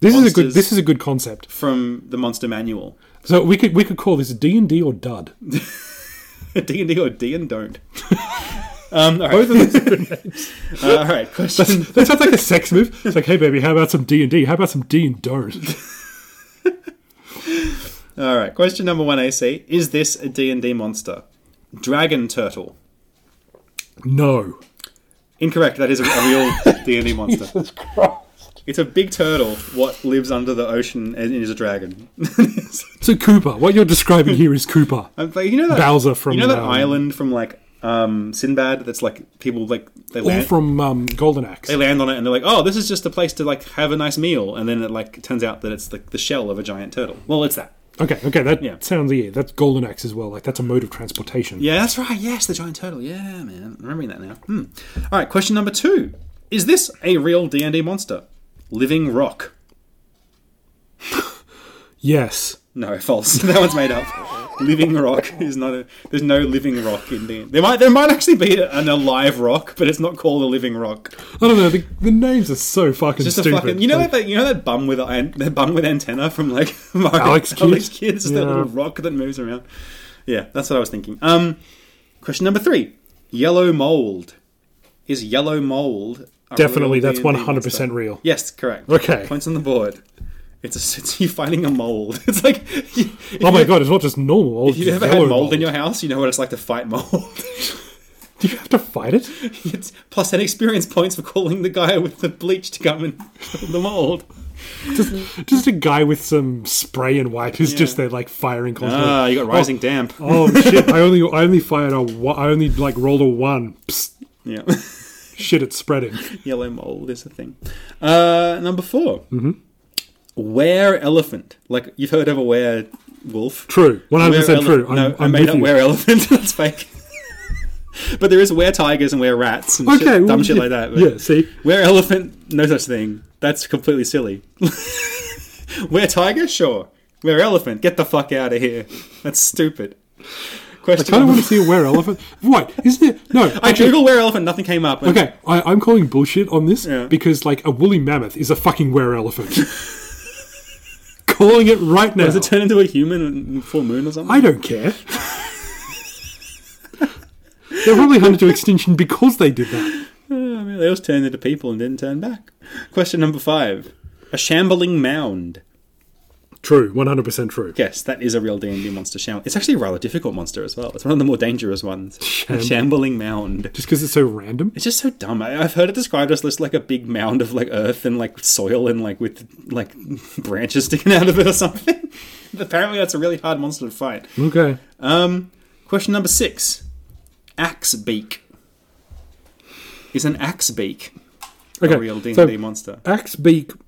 B: This is a good.
A: monsters.
B: This is a good concept.
A: from the monster manual.
B: So we could we could call this D and D or dud.
A: D and D or D and don't. um, all right. Uh, all right. Question.
B: That sounds like a sex move. It's like, hey baby, how about some D and D? How about some D and don't?
A: All right. Question number one. AC. Is this a D and D monster? Dragon turtle.
B: No.
A: Incorrect. That is a real D and D monster. It's a big turtle. What lives under the ocean and is a dragon.
B: So Cooper, what you're describing here is Cooper.
A: I'm like, Um, you know that
B: Bowser from,
A: you know that
B: um,
A: island from like um, Sinbad. That's like people like they
B: All
A: land.
B: from um, Golden Axe.
A: they land on it and they're like, "Oh, this is just a place to like have a nice meal," and then it like turns out that it's like the shell of a giant turtle. Well, it's that.
B: Okay, okay, that
A: Yeah.
B: sounds yeah. That's Golden Axe as well. Like that's a mode of transportation.
A: Yeah, that's right. Yes, the giant turtle. Yeah, man, I'm remembering that now. Hmm. All right, question number two: Is this a real D and D monster? Living rock?
B: Yes.
A: No, false. that one's made up. living rock is not a. There's no living rock in D. There might there might actually be an alive rock, but it's not called a living rock.
B: I don't know. The, the names are so fucking
A: Just
B: stupid.
A: a fucking. You know
B: Like,
A: that you know that bum with an- that bum with antenna from like Mario,
B: Alex Kidd?
A: Kidd? It's just that
B: Yeah.
A: little rock that moves around. Yeah, that's what I was thinking. Um, question number three: Yellow mold is yellow mold. a
B: Definitely,
A: real
B: that's
A: D&D
B: 100%
A: monster?
B: real.
A: Yes, correct.
B: Okay.
A: points on the board. It's a it's you finding a mold. It's like if
B: oh my
A: you-
B: god, it's not just normal.
A: If you've ever had mold, in your house, you know what it's like to fight mold.
B: Do you have to fight it?
A: it's plus ten experience points for calling the guy with the bleach to come and kill the mold.
B: Just, just a guy with some spray and wipe is just there, like firing constantly.
A: Ah, you got rising damp.
B: Oh shit! I only I only fired a one, I only like rolled a one. Psst,
A: Yeah.
B: shit, it's spreading.
A: Yellow mold is a thing. Uh, number 4 Mm-hmm. Were elephant. Like, you've heard of a were wolf.
B: True, one hundred percent
A: Were ele-
B: true. I'm,
A: no, I
B: I'm
A: made
B: with
A: up
B: you.
A: were elephant. That's fake. but there is were tigers and were rats and
B: okay,
A: shit, dumb
B: well,
A: shit
B: yeah,
A: like that. but
B: Yeah, see,
A: Were elephant, no such thing. That's completely silly. were tiger? Sure. Were elephant, get the fuck out of here. That's stupid. Question
B: kind of want
A: number-
B: to see a were elephant. What isn't it? No,
A: I googled were elephant, nothing came up. and-
B: Okay, I, I'm calling bullshit on this
A: Yeah.
B: because like a woolly mammoth is a fucking were elephant. calling it right now.
A: Does it turn into a human in full moon or something?
B: I don't care. They're probably hunted to extinction because they did that.
A: I mean, they all turned into people and didn't turn back. Question number five: A shambling mound.
B: True, one hundred percent true.
A: Yes, that is a real D and D monster. Sham- it's actually a rather difficult monster as well. It's one of the more dangerous ones. A shambling mound.
B: Just because it's so random.
A: It's just so dumb. I, I've heard it described as just like a big mound of like earth and like soil and like with like branches sticking out of it or something. Apparently, that's a really hard monster to fight.
B: Okay.
A: Um, question number six: Axe beak. Is an axe beak
B: Okay.
A: a real D and
B: so-
A: D monster?
B: Axebeak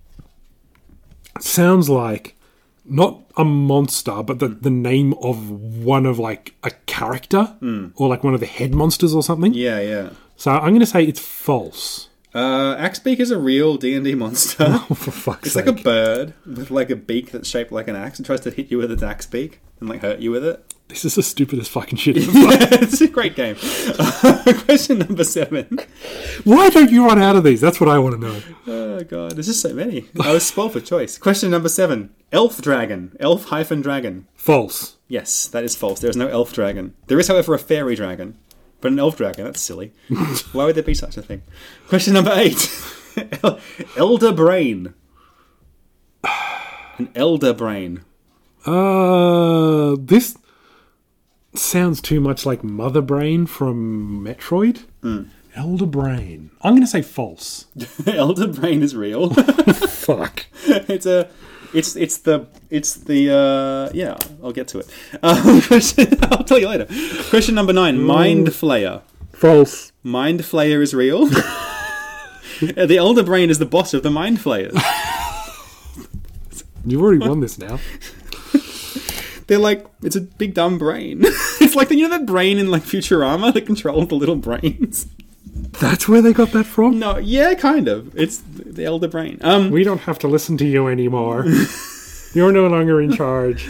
B: sounds like not a monster, but the, the name of one of like a Hmm. character or like one of the head monsters or something.
A: Yeah, yeah.
B: So I'm going to say it's false.
A: Uh, Axebeak is a real D and D monster.
B: Oh, for fuck's
A: It's
B: sake.
A: like a bird with like a beak that's shaped like an axe and tries to hit you with its axe beak and like hurt you with it.
B: this is the stupidest fucking shit.
A: it's a great game. question number seven.
B: Why don't you run out of these? That's what I want to know.
A: Oh god, there's just so many. I was spoiled for choice. Question number seven. Elf dragon. Elf hyphen dragon.
B: False.
A: Yes, that is false. There is no elf dragon. There is, however, a fairy dragon, but an elf dragon. That's silly. Why would there be such a thing? Question number eight. El- elder brain. An elder brain.
B: Uh, this sounds too much like Mother Brain from Metroid. Elder Brain. I'm going to say false.
A: elder brain is real.
B: Fuck.
A: it's a it's it's the it's the uh yeah i'll get to it um, question, i'll tell you later question number nine mind flayer
B: False.
A: mind flayer is real the elder brain is the boss of the mind flayers
B: You've already won this now.
A: they're like it's a big dumb brain it's like you know that brain in like futurama that controls the little brains
B: That's where they got that from?
A: no yeah kind of it's the elder brain um
B: We don't have to listen to you anymore. You're no longer in charge.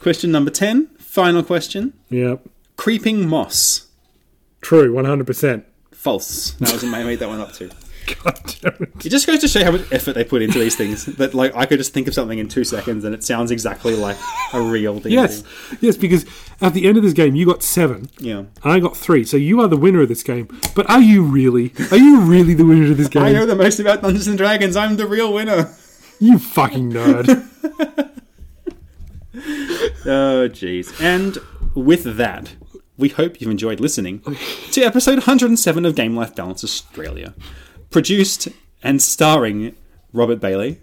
A: question number 10 final question
B: Yep.
A: creeping moss
B: True, 100%.
A: false that was i made that one up too
B: God damn it.
A: It just goes to show how much effort they put into these things. That like I could just think of something in two seconds and it sounds exactly like a real thing.
B: Yes, yes, because at the end of this game, you got seven.
A: Yeah.
B: I got three, so you are the winner of this game. But are you really? Are you really the winner of this game?
A: I know the most about Dungeons and Dragons. I'm the real winner.
B: You fucking nerd.
A: Oh jeez. And with that, we hope you've enjoyed listening to episode 107 of Game Life Balance Australia, produced and starring Robert Bailey.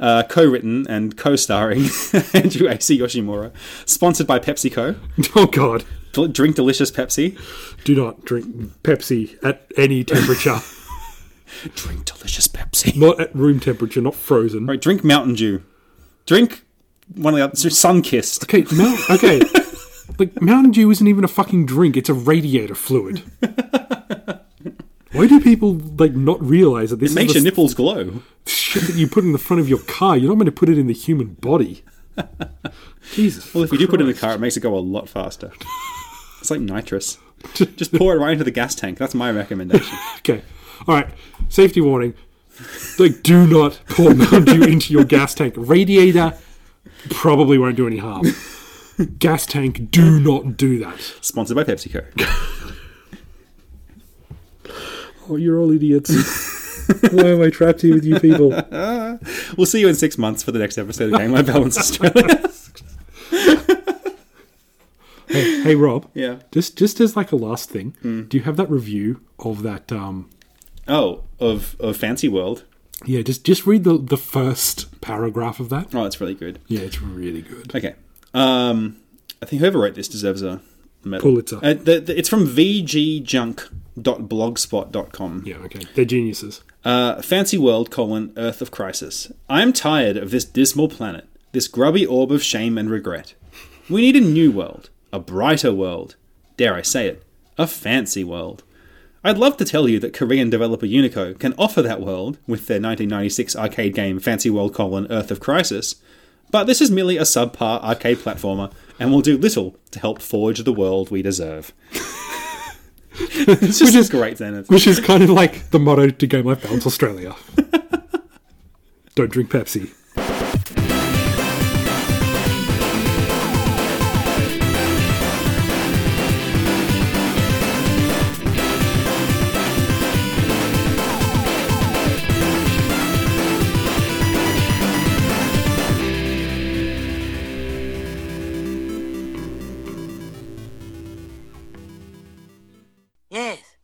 A: Uh, co-written and co-starring Andrew A.C. Yoshimura, sponsored by PepsiCo.
B: oh god.
A: Del- Drink delicious Pepsi.
B: Do not drink Pepsi at any temperature.
A: Drink delicious Pepsi.
B: not at room temperature, not frozen.
A: Right, drink Mountain Dew. Drink one of the other sun kissed.
B: Okay, Mount, okay. like Mountain Dew isn't even a fucking drink, it's a radiator fluid. Why do people like not realize that this is
A: Makes
B: the
A: your nipples glow.
B: shit that you put in the front of your car? You're not meant to put it in the human body. Jesus.
A: Well, if you do put it in the car, it makes it go a lot faster. It's like nitrous. Just pour it right into the gas tank. That's my recommendation.
B: Okay. All right. Safety warning. Like, do not pour Mountain Dew into your gas tank. Radiator probably won't do any harm. Gas tank, do not do that.
A: Sponsored by PepsiCo.
B: Oh, you're all idiots. Why am I trapped here with you people?
A: We'll see you in six months for the next episode of Game Life Balance Australia.
B: Hey, hey Rob.
A: Yeah. Hmm.
B: Just, just as like a last thing, do you have that review of that? Um,
A: Oh, of of Fancy World.
B: yeah, just just read the the first paragraph of that.
A: Oh, that's really good.
B: Yeah, it's really good.
A: Okay. Um, I think whoever wrote this deserves a medal.
B: Pulitzer.
A: Uh, the, the, it's from vgjunk.blogspot.com.
B: Yeah, okay, they're geniuses.
A: Uh, fancy world, colon, Earth of Crisis. I am tired of this dismal planet, this grubby orb of shame and regret. We need a new world, a brighter world. Dare I say it, a fancy world. I'd love to tell you that Korean developer Unico can offer that world with their 1996 arcade game Fancy World, colon, Earth of Crisis, but this is merely a subpar arcade platformer and will do little to help forge the world we deserve. it's just
B: is-
A: great, sentence.
B: Which is kind of like the motto to Game Life Balance Australia. Don't drink Pepsi.